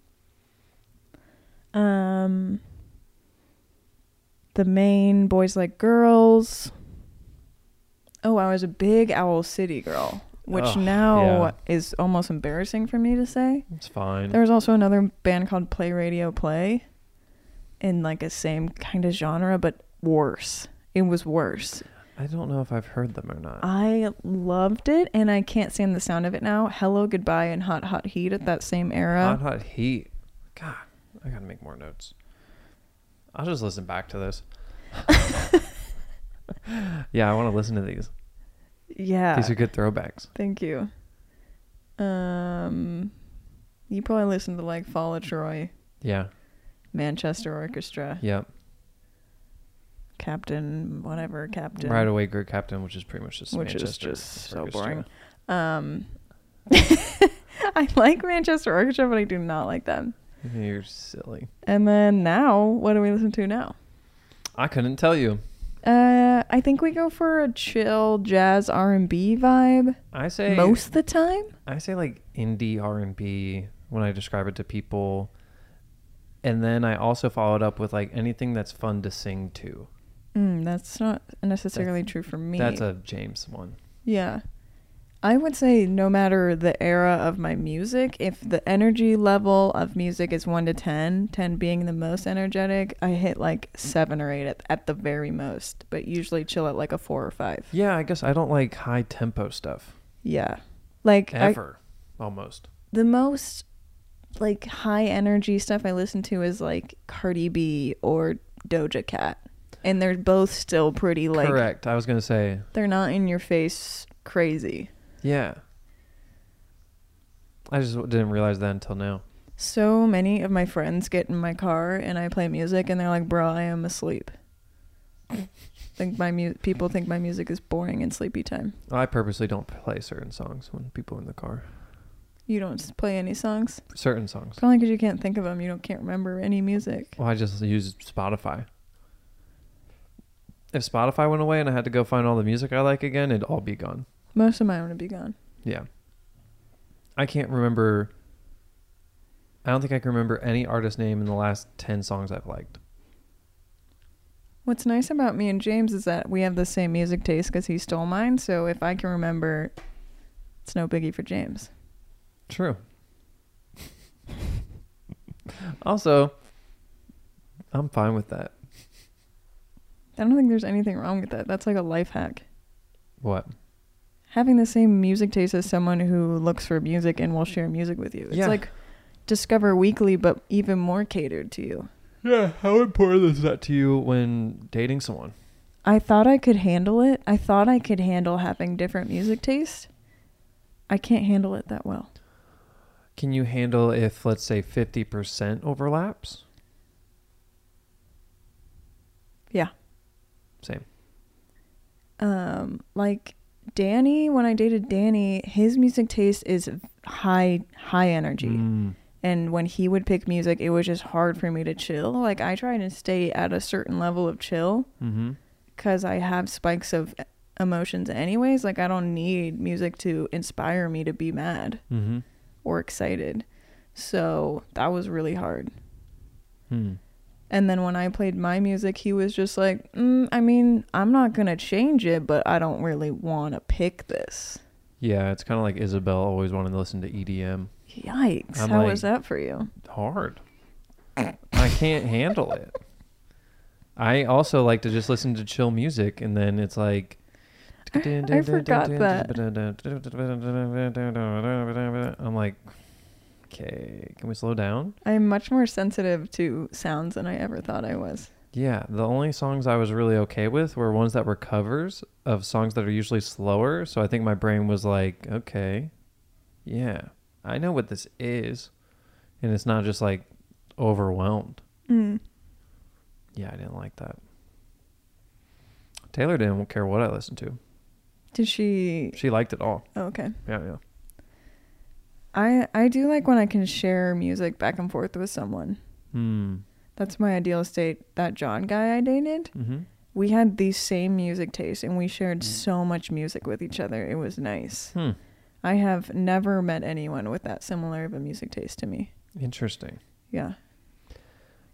[SPEAKER 1] Um, the main boys like girls. Oh, I was a big Owl City girl, which
[SPEAKER 2] Ugh,
[SPEAKER 1] now
[SPEAKER 2] yeah. Mm.
[SPEAKER 1] is almost embarrassing for me to say.
[SPEAKER 2] It's fine.
[SPEAKER 1] There was also another band called Play Radio Play in like a same kind of genre, but worse. It was worse.
[SPEAKER 2] I don't know if I've heard them or not.
[SPEAKER 1] I loved it, and I can't stand the sound of it now. Hello, goodbye, and hot, hot heat at that same
[SPEAKER 2] hot,
[SPEAKER 1] era.
[SPEAKER 2] hot heat. God, I gotta make more notes. I'll just listen back to this. yeah, I want to listen to these.
[SPEAKER 1] Yeah.
[SPEAKER 2] These are good throwbacks.
[SPEAKER 1] Thank you. Um, you probably listened to like Fall of Troy,
[SPEAKER 2] Yeah,
[SPEAKER 1] Manchester Orchestra,
[SPEAKER 2] yeah.
[SPEAKER 1] Captain, whatever Captain,
[SPEAKER 2] Right away, Great Captain, which is pretty much just
[SPEAKER 1] which
[SPEAKER 2] Manchester
[SPEAKER 1] is just so
[SPEAKER 2] Orchestra.
[SPEAKER 1] boring. Um, I like Manchester Orchestra, but I do not like them.
[SPEAKER 2] You're silly.
[SPEAKER 1] And then now, what do we listen to now?
[SPEAKER 2] I couldn't tell you.
[SPEAKER 1] Uh, I think we go for a chill jazz R and B vibe
[SPEAKER 2] I say
[SPEAKER 1] most of the time.
[SPEAKER 2] I say like indie R and B when I describe it to people, and then I also follow it up with like anything that's fun to sing to.
[SPEAKER 1] Mm, that's not necessarily true for me.
[SPEAKER 2] That's a James one.
[SPEAKER 1] yeah. I would say no matter the era of my music, if the energy level of music is 1 to 10, 10 being the most energetic, I hit like 7 or 8 at, at the very most, but usually chill at like a 4 or 5.
[SPEAKER 2] Yeah, I guess I don't like high tempo stuff
[SPEAKER 1] Yeah. Like I,
[SPEAKER 2] ever, almost.
[SPEAKER 1] the most like high energy stuff I listen to is like Cardi B or Doja Cat. And they're both still pretty like
[SPEAKER 2] Correct. I was gonna say
[SPEAKER 1] they're not in your face crazy.
[SPEAKER 2] yeah. I just didn't realize that until now.
[SPEAKER 1] So many of my friends get in my car and I play music and they're like, "Bro, I am asleep." think my mu- people think my music is boring in sleepy time.
[SPEAKER 2] I purposely don't play certain songs when people are in the car.
[SPEAKER 1] You don't s- play any songs,
[SPEAKER 2] Certain songs.
[SPEAKER 1] probably because you can't think of them. You don't can't remember any music.
[SPEAKER 2] Well, I just use Spotify. If Spotify went away and I had to go find all the music I like again, it'd all be gone.
[SPEAKER 1] Most of mine would be gone.
[SPEAKER 2] Yeah. I can't remember. I don't think I can remember any artist name in the last 10 songs I've liked.
[SPEAKER 1] What's nice about me and James is that we have the same music taste because he stole mine. So if I can remember, it's no biggie for James.
[SPEAKER 2] True. also, I'm fine with that.
[SPEAKER 1] I don't think there's anything wrong with that. That's like a life hack.
[SPEAKER 2] What?
[SPEAKER 1] Having the same music taste as someone who looks for music and will share music with you. It's
[SPEAKER 2] Yeah.
[SPEAKER 1] like Discover Weekly, but even more catered to you.
[SPEAKER 2] Yeah, how important is that to you when dating someone?
[SPEAKER 1] I thought I could handle it. I thought I could handle having different music taste. I can't handle it that well.
[SPEAKER 2] Can you handle if, let's say, 50% overlaps?
[SPEAKER 1] Yeah.
[SPEAKER 2] Same.
[SPEAKER 1] um like Danny when I dated Danny his music taste is high high energy
[SPEAKER 2] Mm,
[SPEAKER 1] and when he would pick music it was just hard for me to chill like I try to stay at a certain level of chill
[SPEAKER 2] mm-hmm.
[SPEAKER 1] cuz I have spikes of emotions anyways like I don't need music to inspire me to be mad
[SPEAKER 2] Mm-hmm.
[SPEAKER 1] or excited so that was really hard
[SPEAKER 2] Hmm.
[SPEAKER 1] and then when I played my music, he was just like, mm, I mean, I'm not going to change it, but I don't really want to pick this.
[SPEAKER 2] Yeah, it's kind of like Isabel always wanted to listen to E EDM.
[SPEAKER 1] Yikes.
[SPEAKER 2] I'm
[SPEAKER 1] how
[SPEAKER 2] like-
[SPEAKER 1] was that for you?
[SPEAKER 2] Hard. I can't handle it. I also like to just listen to chill music, and then it's like.
[SPEAKER 1] I forgot
[SPEAKER 2] I'm like, okay, can we slow down?
[SPEAKER 1] I'm much more sensitive to sounds than I ever thought I was.
[SPEAKER 2] Yeah, the only songs I was really okay with were ones that were covers of songs that are usually slower. So I think my brain was like, okay, yeah, I know what this is. And it's not just like overwhelmed.
[SPEAKER 1] Mm.
[SPEAKER 2] Yeah, I didn't like that. Taylor didn't care what I listened to.
[SPEAKER 1] Did she?
[SPEAKER 2] She liked it all.
[SPEAKER 1] oh, okay.
[SPEAKER 2] Yeah, yeah.
[SPEAKER 1] I I do like when I can share music back and forth with someone.
[SPEAKER 2] Hmm.
[SPEAKER 1] That's my ideal state. That John guy I dated,
[SPEAKER 2] Mm-hmm.
[SPEAKER 1] we had the same music taste, and we
[SPEAKER 2] Mm.
[SPEAKER 1] shared so much music with each other. It was nice.
[SPEAKER 2] Hmm.
[SPEAKER 1] I have never met anyone with that similar of a music taste to me.
[SPEAKER 2] Interesting.
[SPEAKER 1] Yeah.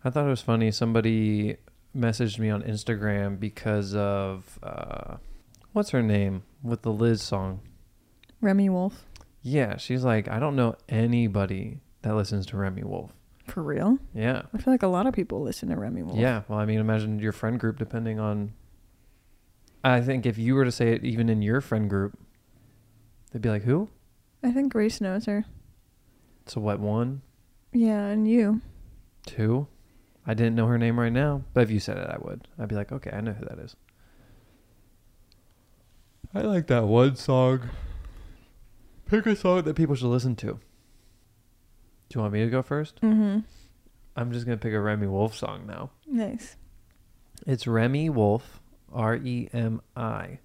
[SPEAKER 2] I thought it was funny. Somebody messaged me on Instagram because of uh, what's her name with the Liz song.
[SPEAKER 1] Remy Wolf,
[SPEAKER 2] Yeah, she's like, I don't know anybody that listens to Remy Wolf.
[SPEAKER 1] for real?
[SPEAKER 2] Yeah.
[SPEAKER 1] I feel like a lot of people listen to Remy Wolf.
[SPEAKER 2] Yeah. Well, I mean, imagine your friend group, depending on. I think if you were to say it even in your friend group, they'd be like, who?
[SPEAKER 1] I think Grace knows her.
[SPEAKER 2] So what, one,
[SPEAKER 1] Yeah, and you.
[SPEAKER 2] two? I didn't know her name right now, but if you said it, I would. I'd be like, okay, I know who that is. I like that one song. Pick a song that people should listen to. Do you want me to go first?
[SPEAKER 1] Mm-hmm.
[SPEAKER 2] I'm just going to pick a Remy Wolf song now.
[SPEAKER 1] Nice.
[SPEAKER 2] It's Remy Wolf, R E M I,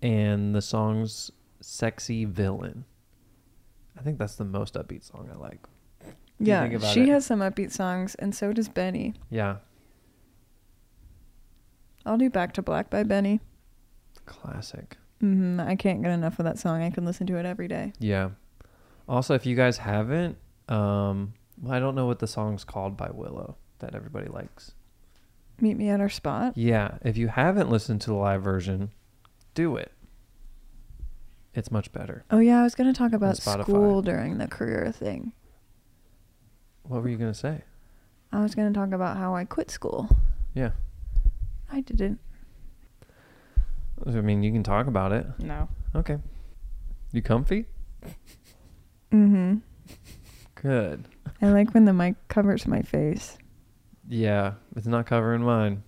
[SPEAKER 2] and the song's "Sexy Villain." I think that's the most upbeat song I like. you think
[SPEAKER 1] Yeah,
[SPEAKER 2] about
[SPEAKER 1] she
[SPEAKER 2] it.
[SPEAKER 1] has some upbeat songs, and so does Benny.
[SPEAKER 2] Yeah,
[SPEAKER 1] I'll do Back to Black by Benny.
[SPEAKER 2] classic.
[SPEAKER 1] hmm I can't get enough of that song. I can listen to it every day.
[SPEAKER 2] Yeah. Also, if you guys haven't, um, well, I don't know what the song's called by Willow that everybody likes.
[SPEAKER 1] Meet Me at Our Spot.
[SPEAKER 2] Yeah, if you haven't listened to the live version, do it. It's much better.
[SPEAKER 1] Oh, yeah, I was going to talk about
[SPEAKER 2] Spotify.
[SPEAKER 1] school during the career thing.
[SPEAKER 2] What were you gonna say?
[SPEAKER 1] I was going to talk about how I quit school.
[SPEAKER 2] Yeah,
[SPEAKER 1] I didn't.
[SPEAKER 2] I mean, you can talk about it.
[SPEAKER 1] No.
[SPEAKER 2] Okay. You comfy?
[SPEAKER 1] Mm-hmm.
[SPEAKER 2] Good.
[SPEAKER 1] I like when the mic covers my face.
[SPEAKER 2] Yeah, it's not covering mine.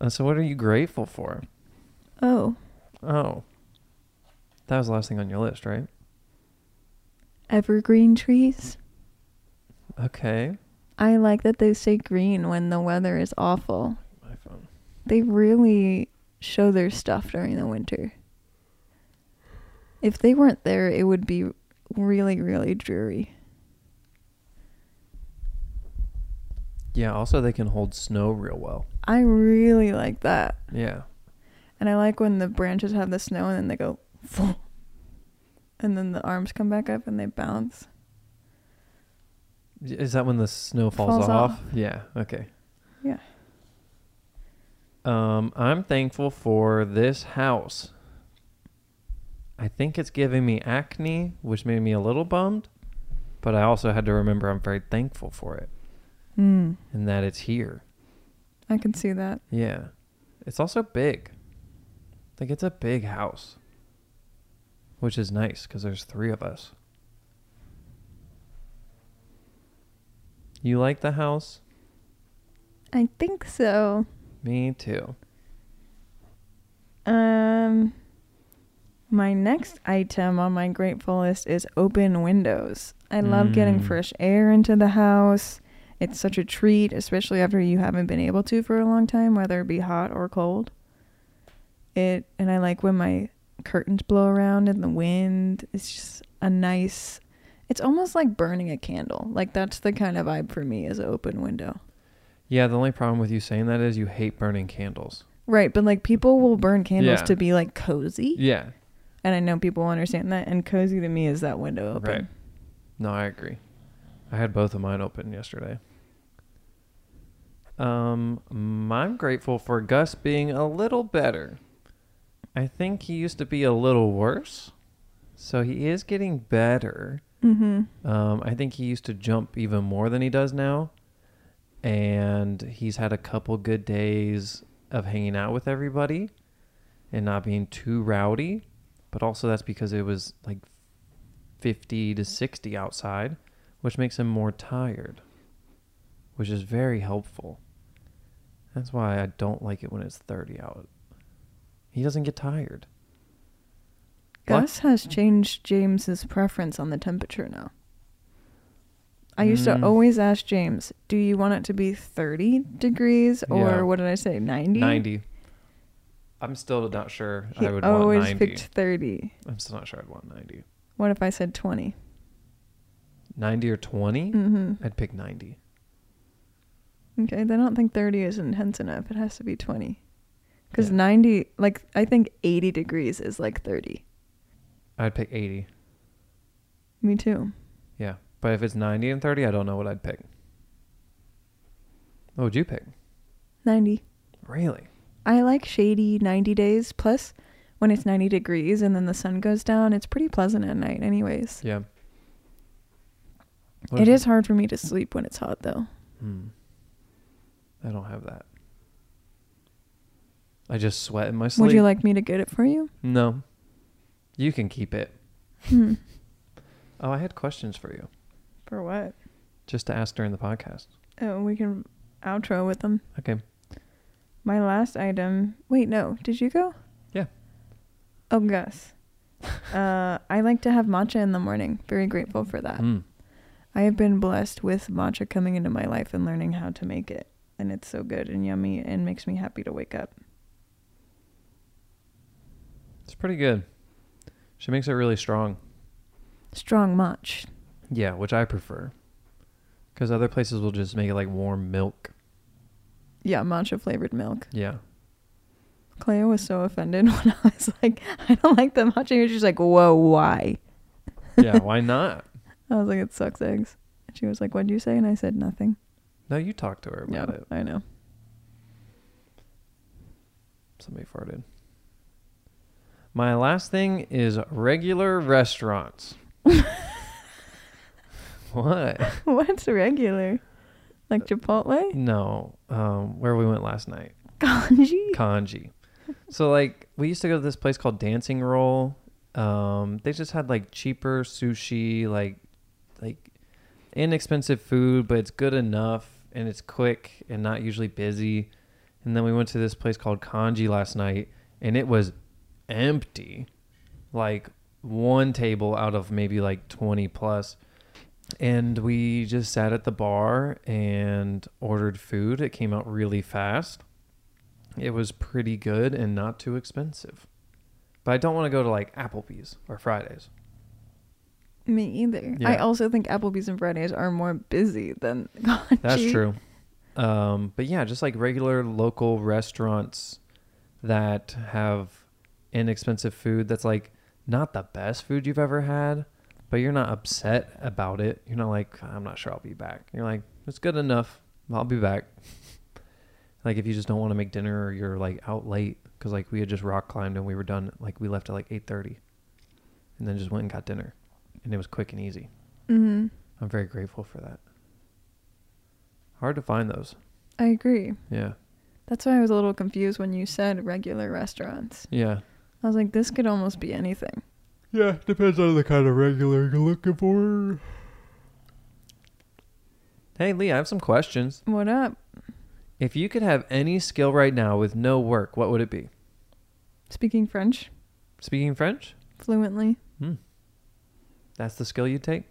[SPEAKER 2] Uh, so, what are you grateful for?
[SPEAKER 1] Oh,
[SPEAKER 2] Oh, that was the last thing on your list, right?
[SPEAKER 1] evergreen trees.
[SPEAKER 2] Okay.
[SPEAKER 1] I like that they say green when the weather is awful.
[SPEAKER 2] My phone.
[SPEAKER 1] They really show their stuff during the winter. If they weren't there, it would be really, really dreary.
[SPEAKER 2] Yeah, also they can hold snow real well.
[SPEAKER 1] I really like that.
[SPEAKER 2] Yeah.
[SPEAKER 1] And I like when the branches have the snow and then they go, and then the arms come back up and they bounce.
[SPEAKER 2] Is that when the snow falls,
[SPEAKER 1] Falls
[SPEAKER 2] off?
[SPEAKER 1] off.
[SPEAKER 2] Yeah, okay.
[SPEAKER 1] Yeah.
[SPEAKER 2] Um, I'm thankful for this house. I think it's giving me acne, which made me a little bummed, but I also had to remember I'm very thankful for it
[SPEAKER 1] Hmm.
[SPEAKER 2] and that it's here.
[SPEAKER 1] I can see that.
[SPEAKER 2] Yeah. It's also big. Like it's a big house. Which is nice cuz there's 3 of us. You like the house?
[SPEAKER 1] I think so.
[SPEAKER 2] Me too.
[SPEAKER 1] Um, my next item on my grateful list is open windows. I love getting
[SPEAKER 2] Mm.
[SPEAKER 1] fresh air into the house. It's such a treat, especially after you haven't been able to for a long time, whether it be hot or cold. It and I like when my curtains blow around in the wind. It's just a nice. It's almost like burning a candle. Like that's the kind of vibe for me is an open window.
[SPEAKER 2] Yeah, the only problem with you saying that is you hate burning candles.
[SPEAKER 1] Right, but like people will burn candles
[SPEAKER 2] Yeah.
[SPEAKER 1] to be like cozy.
[SPEAKER 2] Yeah.
[SPEAKER 1] And I know people will understand that. And cozy to me is that window open.
[SPEAKER 2] Right. No, I agree. I had both of mine open yesterday. Um, mm, I'm grateful for Gus being a little better. I think he used to be a little worse, so he is getting better.
[SPEAKER 1] Mm-hmm.
[SPEAKER 2] Um, I think he used to jump even more than he does now, and he's had a couple good days of hanging out with everybody and not being too rowdy. But also that's because it was like 50 to 60 outside, which makes him more tired, which is very helpful. That's why I don't like it when it's 30 out. He doesn't get tired. What?
[SPEAKER 1] Gus has changed James's preference on the temperature now. I used
[SPEAKER 2] Mm.
[SPEAKER 1] to always ask James, do you want it to be 30 degrees or
[SPEAKER 2] Yeah.
[SPEAKER 1] what did I say, 90?
[SPEAKER 2] 90. I'm still not sure
[SPEAKER 1] He
[SPEAKER 2] I would
[SPEAKER 1] always
[SPEAKER 2] want 90.
[SPEAKER 1] picked 30.
[SPEAKER 2] I'm still not sure I'd want 90.
[SPEAKER 1] What if I said 20?
[SPEAKER 2] 90 or 20?
[SPEAKER 1] hmm
[SPEAKER 2] I'd pick 90.
[SPEAKER 1] Okay, then I don't think 30 is intense enough. It has to be 20. Because
[SPEAKER 2] Yeah.
[SPEAKER 1] 90, like, I think 80 degrees is like 30.
[SPEAKER 2] I'd pick 80.
[SPEAKER 1] Me too.
[SPEAKER 2] Yeah. But if it's 90 and 30, I don't know what I'd pick. What would you pick?
[SPEAKER 1] 90.
[SPEAKER 2] Really?
[SPEAKER 1] I like shady 90 days. Plus, when it's 90 degrees and then the sun goes down, it's pretty pleasant at night, anyways.
[SPEAKER 2] Yeah. What
[SPEAKER 1] It
[SPEAKER 2] if-
[SPEAKER 1] is hard for me to sleep when it's hot, though.
[SPEAKER 2] Hmm. I don't have that. I just sweat in my sleep.
[SPEAKER 1] Would you like me to get it for you?
[SPEAKER 2] No. You can keep it.
[SPEAKER 1] Hmm.
[SPEAKER 2] Oh, I had questions for you
[SPEAKER 1] For what?
[SPEAKER 2] just to ask during the podcast.
[SPEAKER 1] Oh, we can outro with them.
[SPEAKER 2] Okay.
[SPEAKER 1] My last item. Wait, no. Did you go?
[SPEAKER 2] Yeah.
[SPEAKER 1] Oh, Gus. uh, I like to have matcha in the morning. Very grateful for that.
[SPEAKER 2] Mm.
[SPEAKER 1] I have been blessed with matcha coming into my life and learning how to make it. And it's so good and yummy and makes me happy to wake up.
[SPEAKER 2] It's pretty good. She makes it really strong.
[SPEAKER 1] Strong matcha.
[SPEAKER 2] Yeah, which I prefer. Because other places will just make it like warm milk.
[SPEAKER 1] Yeah, matcha flavored milk.
[SPEAKER 2] Yeah.
[SPEAKER 1] Cleo was so offended when I was like, I don't like the matcha. And she's like, whoa, why?
[SPEAKER 2] Yeah, why not?
[SPEAKER 1] I was like, it sucks eggs. And she was like, what'd you say? And I said, nothing.
[SPEAKER 2] No, you talked to her about it.
[SPEAKER 1] I know.
[SPEAKER 2] Somebody farted. My last thing is regular restaurants. what?
[SPEAKER 1] What's regular? Like
[SPEAKER 2] Uh,
[SPEAKER 1] Chipotle?
[SPEAKER 2] No. Um, where we went last night.
[SPEAKER 1] Kanji?
[SPEAKER 2] Kanji. So like we used to go to this place called Dancing Roll. Um, they just had like cheaper sushi, like like inexpensive food, but it's good enough and it's quick and not usually busy. And then we went to this place called Kanji last night and it was empty. Like one table out of maybe like 20 plus. and we just sat at the bar and ordered food. It came out really fast. It was pretty good and not too expensive. But I don't want to go to like Applebee's or Fridays.
[SPEAKER 1] Me either.
[SPEAKER 2] Yeah.
[SPEAKER 1] I also think Applebee's and Fridays are more busy than Kachi.
[SPEAKER 2] That's true. Um, but yeah, just like regular local restaurants that have inexpensive food that's like not the best food you've ever had, but you're not upset about it. You're not like, I'm not sure I'll be back. You're like, it's good enough. I'll be back. like if you just don't want to make dinner or you're like out late because like we had just rock climbed and we were done. Like we left at like 8.30 and then just went and got dinner and it was quick and easy.
[SPEAKER 1] hmm
[SPEAKER 2] I'm very grateful for that. Hard to find those.
[SPEAKER 1] I agree.
[SPEAKER 2] Yeah.
[SPEAKER 1] That's why I was a little confused when you said regular restaurants.
[SPEAKER 2] Yeah.
[SPEAKER 1] I was like, this could almost be anything.
[SPEAKER 2] Yeah, depends on the kind of regular you're looking for. Hey, Lee, I have some questions.
[SPEAKER 1] What up?
[SPEAKER 2] If you could have any skill right now with no work, what would it be?
[SPEAKER 1] Speaking French
[SPEAKER 2] Speaking French?
[SPEAKER 1] fluently.
[SPEAKER 2] That's the skill you'd take?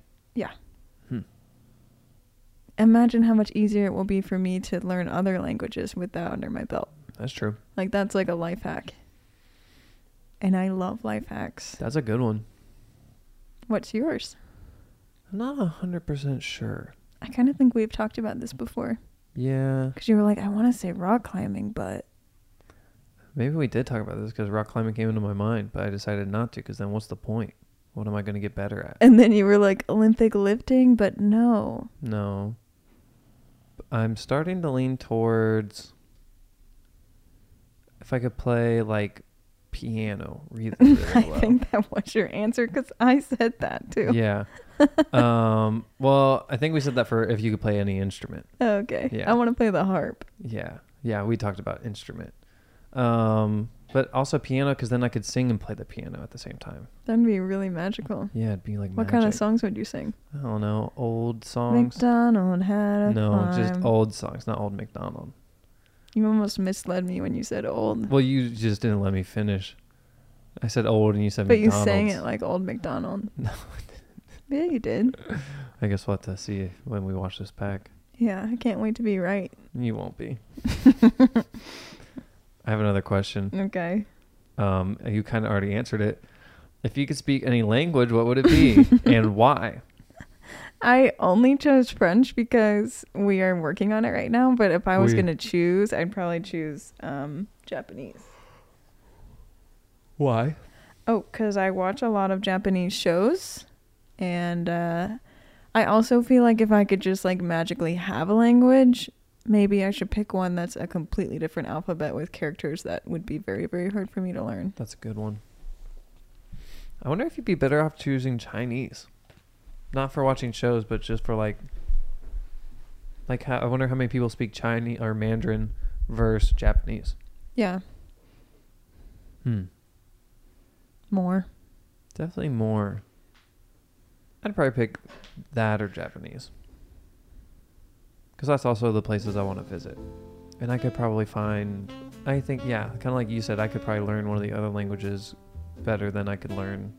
[SPEAKER 1] Imagine how much easier it will be for me to learn other languages with that under my belt.
[SPEAKER 2] That's true.
[SPEAKER 1] Like, that's like a life hack. And I love life hacks.
[SPEAKER 2] That's a good one.
[SPEAKER 1] What's yours?
[SPEAKER 2] I'm not 100% sure.
[SPEAKER 1] I kind of think we've talked about this before.
[SPEAKER 2] Yeah.
[SPEAKER 1] Because you were like, I want to say rock climbing, but
[SPEAKER 2] Maybe we did talk about this because rock climbing came into my mind, but I decided not to because then what's the point? What am I going to get better at?
[SPEAKER 1] And then you were like Olympic lifting, but no.
[SPEAKER 2] No. I'm starting to lean towards if I could play like piano really,
[SPEAKER 1] I
[SPEAKER 2] really well.
[SPEAKER 1] think that was your answer because I said that too.
[SPEAKER 2] yeah. um well, I think we said that for if you could play any instrument.
[SPEAKER 1] Okay.
[SPEAKER 2] Yeah.
[SPEAKER 1] I want to play the harp.
[SPEAKER 2] Yeah. Yeah, we talked about instrument. Um but also piano cuz then I could sing and play the piano at the same time.
[SPEAKER 1] That'd be really magical.
[SPEAKER 2] Yeah, it'd be like
[SPEAKER 1] What kind of
[SPEAKER 2] magic.
[SPEAKER 1] songs would you sing?
[SPEAKER 2] I don't know, old songs.
[SPEAKER 1] McDonald had a
[SPEAKER 2] No, just
[SPEAKER 1] farm.
[SPEAKER 2] old songs, not old McDonald.
[SPEAKER 1] You almost misled me when you said old.
[SPEAKER 2] Well, you just didn't let me finish. I said old and you said
[SPEAKER 1] but you
[SPEAKER 2] McDonald's.
[SPEAKER 1] sang it like old McDonald.
[SPEAKER 2] No,
[SPEAKER 1] Yeah, you did.
[SPEAKER 2] I guess we'll have to see when we watch this back.
[SPEAKER 1] Yeah, I can't wait to be right.
[SPEAKER 2] You won't be. I have another question.
[SPEAKER 1] Okay.
[SPEAKER 2] Um, you kind of already answered it. If you could speak any language, what would it be and why?
[SPEAKER 1] I only chose French because we are working on it right now. But if I was
[SPEAKER 2] We-
[SPEAKER 1] going to choose, I'd probably choose um, Japanese.
[SPEAKER 2] Why?
[SPEAKER 1] Oh, because I watch a lot of Japanese shows, and uh, I also feel like if I could just like magically have a language, maybe I should pick one that's a completely different alphabet with characters that would be very very hard for me to learn.
[SPEAKER 2] That's a good one. I wonder if you'd be better off choosing Chinese, not for watching shows, but just for like, like how I wonder how many people speak Chinese or Mandarin versus Japanese.
[SPEAKER 1] Yeah,
[SPEAKER 2] Hmm.
[SPEAKER 1] more.
[SPEAKER 2] Definitely more. I'd probably pick that or Japanese. Because that's also the places I want to visit. And I could probably find, I think, yeah, kind of like you said, I could probably learn one of the other languages better than I could learn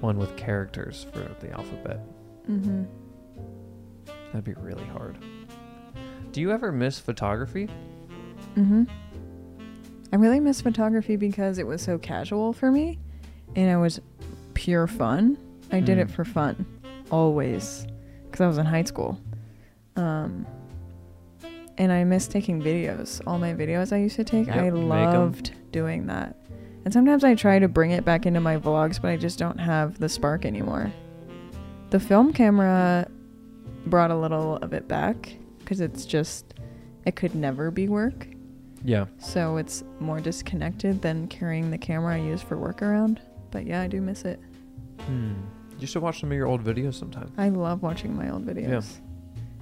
[SPEAKER 2] one with characters for the alphabet.
[SPEAKER 1] Mm-hmm.
[SPEAKER 2] That'd be really hard. Do you ever miss photography?
[SPEAKER 1] Mm-hmm. I really miss photography because it was so casual for me, and it was pure fun. I did it
[SPEAKER 2] Mm.
[SPEAKER 1] for fun, always, because I was in high school. Um, and I miss taking videos. All my videos I used to take,
[SPEAKER 2] Yep,
[SPEAKER 1] I
[SPEAKER 2] make 'em.
[SPEAKER 1] loved doing that. And sometimes I try to bring it back into my vlogs, but I just don't have the spark anymore. The film camera brought a little of it back because it's just, it could never be work.
[SPEAKER 2] Yeah.
[SPEAKER 1] So it's more disconnected than carrying the camera I use for work around. But yeah, I do miss it.
[SPEAKER 2] Hmm. You should watch some of your old videos sometime.
[SPEAKER 1] I love watching my old videos.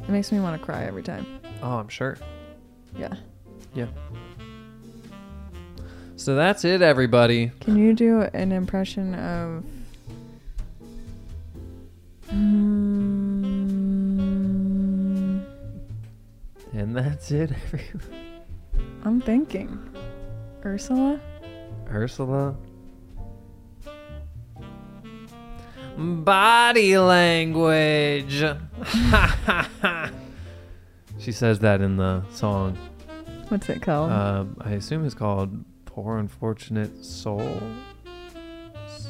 [SPEAKER 1] It makes me want to cry every time.
[SPEAKER 2] Oh, I'm sure.
[SPEAKER 1] Yeah.
[SPEAKER 2] So that's it, everybody.
[SPEAKER 1] Can you do an impression of. Mm,
[SPEAKER 2] And that's it, everybody.
[SPEAKER 1] I'm thinking. Ursula?
[SPEAKER 2] Ursula. Body language. she says that in the song.
[SPEAKER 1] What's it called?
[SPEAKER 2] Um, I assume it's called Poor Unfortunate Soul. S-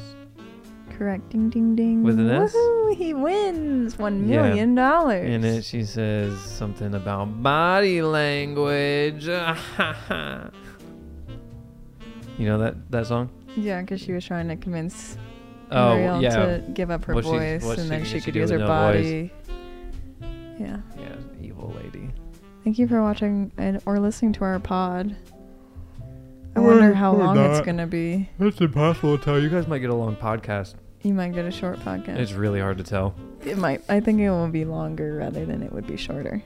[SPEAKER 1] Correct. Ding ding ding.
[SPEAKER 2] With an S?
[SPEAKER 1] Woohoo! He wins one
[SPEAKER 2] Yeah.
[SPEAKER 1] million dollars.
[SPEAKER 2] In it, she says something about body language. you know that, that song?
[SPEAKER 1] Yeah, because she was trying to convince
[SPEAKER 2] Oh,
[SPEAKER 1] Ariel
[SPEAKER 2] yeah.
[SPEAKER 1] to give up her
[SPEAKER 2] What she-
[SPEAKER 1] voice,
[SPEAKER 2] what
[SPEAKER 1] and
[SPEAKER 2] she-
[SPEAKER 1] then
[SPEAKER 2] she
[SPEAKER 1] she could
[SPEAKER 2] do
[SPEAKER 1] use her
[SPEAKER 2] with no
[SPEAKER 1] body.
[SPEAKER 2] voice.
[SPEAKER 1] Yeah.
[SPEAKER 2] Yeah, evil lady.
[SPEAKER 1] Thank you for watching and or listening to our pod. I
[SPEAKER 2] Or-
[SPEAKER 1] wonder how
[SPEAKER 2] or
[SPEAKER 1] long it's
[SPEAKER 2] not.
[SPEAKER 1] gonna be.
[SPEAKER 2] It's impossible to tell. You guys might get a long podcast.
[SPEAKER 1] You might get a short podcast.
[SPEAKER 2] It's really hard to tell.
[SPEAKER 1] it might. I think it will be longer rather than it would be shorter.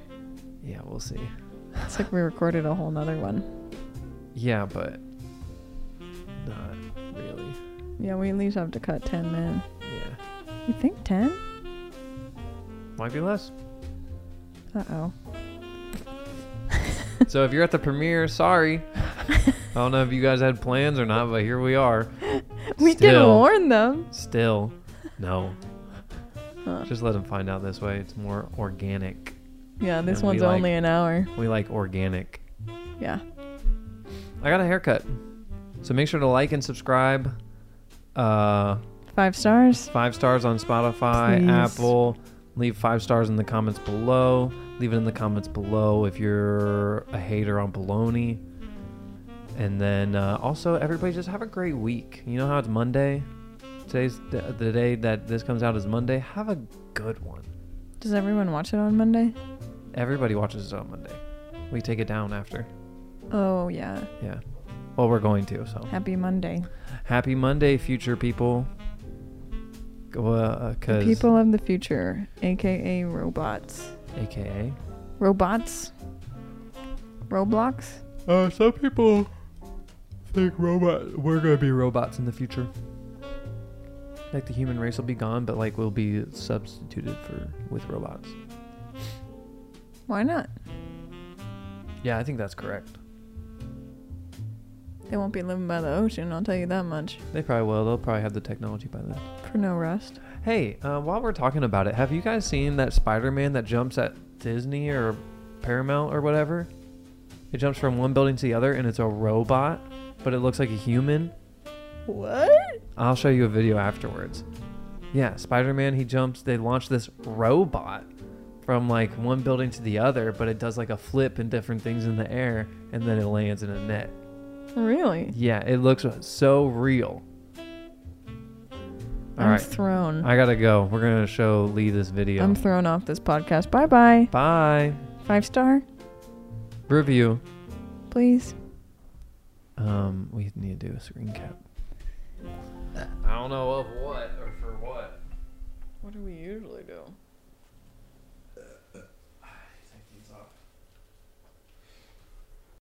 [SPEAKER 2] Yeah, we'll see.
[SPEAKER 1] It's like we recorded a whole nother one.
[SPEAKER 2] Yeah, but not really.
[SPEAKER 1] Yeah, we at least have to cut ten minutes.
[SPEAKER 2] Yeah.
[SPEAKER 1] You think ten?
[SPEAKER 2] Might be less.
[SPEAKER 1] Uh oh.
[SPEAKER 2] so if you're at the premiere, sorry. I don't know if you guys had plans or not, but here we are.
[SPEAKER 1] We did
[SPEAKER 2] Still.
[SPEAKER 1] warn them.
[SPEAKER 2] Still, no.
[SPEAKER 1] Huh.
[SPEAKER 2] Just let them find out this way. It's more organic.
[SPEAKER 1] Yeah, this
[SPEAKER 2] And we
[SPEAKER 1] one's
[SPEAKER 2] like-
[SPEAKER 1] only an hour.
[SPEAKER 2] We like organic.
[SPEAKER 1] Yeah.
[SPEAKER 2] I got a haircut. So make sure to like and subscribe. Uh,
[SPEAKER 1] Five stars.
[SPEAKER 2] five stars on Spotify,
[SPEAKER 1] Please.
[SPEAKER 2] Apple. Leave five stars in the comments below. Leave it in the comments below if you're a hater on baloney. And then uh, also, everybody just have a great week. You know how it's Monday? Today's th- the day that this comes out is Monday. Have a good one.
[SPEAKER 1] Does everyone watch it on Monday?
[SPEAKER 2] Everybody watches it on Monday. We take it down after.
[SPEAKER 1] Oh yeah.
[SPEAKER 2] Yeah. Well, we're going to, so.
[SPEAKER 1] Happy Monday.
[SPEAKER 2] Happy Monday, future people. Go, Uh,
[SPEAKER 1] The
[SPEAKER 2] cause,
[SPEAKER 1] people of the future, aka robots.
[SPEAKER 2] AKA.
[SPEAKER 1] Robots? Roblox?
[SPEAKER 2] Uh, some people think robot we're gonna be robots in the future. Like the human race will be gone, but like we'll be substituted for with robots.
[SPEAKER 1] Why not?
[SPEAKER 2] Yeah, I think that's correct.
[SPEAKER 1] They won't be living by the ocean, I'll tell you that much.
[SPEAKER 2] They probably will. They'll probably have the technology by then.
[SPEAKER 1] For no rest.
[SPEAKER 2] Hey, uh, while we're talking about it, have you guys seen that Spider-Man that jumps at Disney or Paramount or whatever? It jumps from one building to the other, and it's a robot, but it looks like a human.
[SPEAKER 1] What?
[SPEAKER 2] I'll show you a video afterwards. Yeah, Spider Man, he jumps. They launch this robot from like one building to the other, but it does like a flip and different things in the air, and then it lands in a net.
[SPEAKER 1] Really?
[SPEAKER 2] Yeah, it looks so real. All
[SPEAKER 1] I'm
[SPEAKER 2] right,
[SPEAKER 1] thrown.
[SPEAKER 2] I gotta go. We're gonna show Lee this video.
[SPEAKER 1] I'm thrown off this podcast. Bye bye.
[SPEAKER 2] Bye.
[SPEAKER 1] Five star,
[SPEAKER 2] Review.
[SPEAKER 1] please.
[SPEAKER 2] Um, we need to do a screen cap. I don't know of what or for what.
[SPEAKER 1] What do we usually do?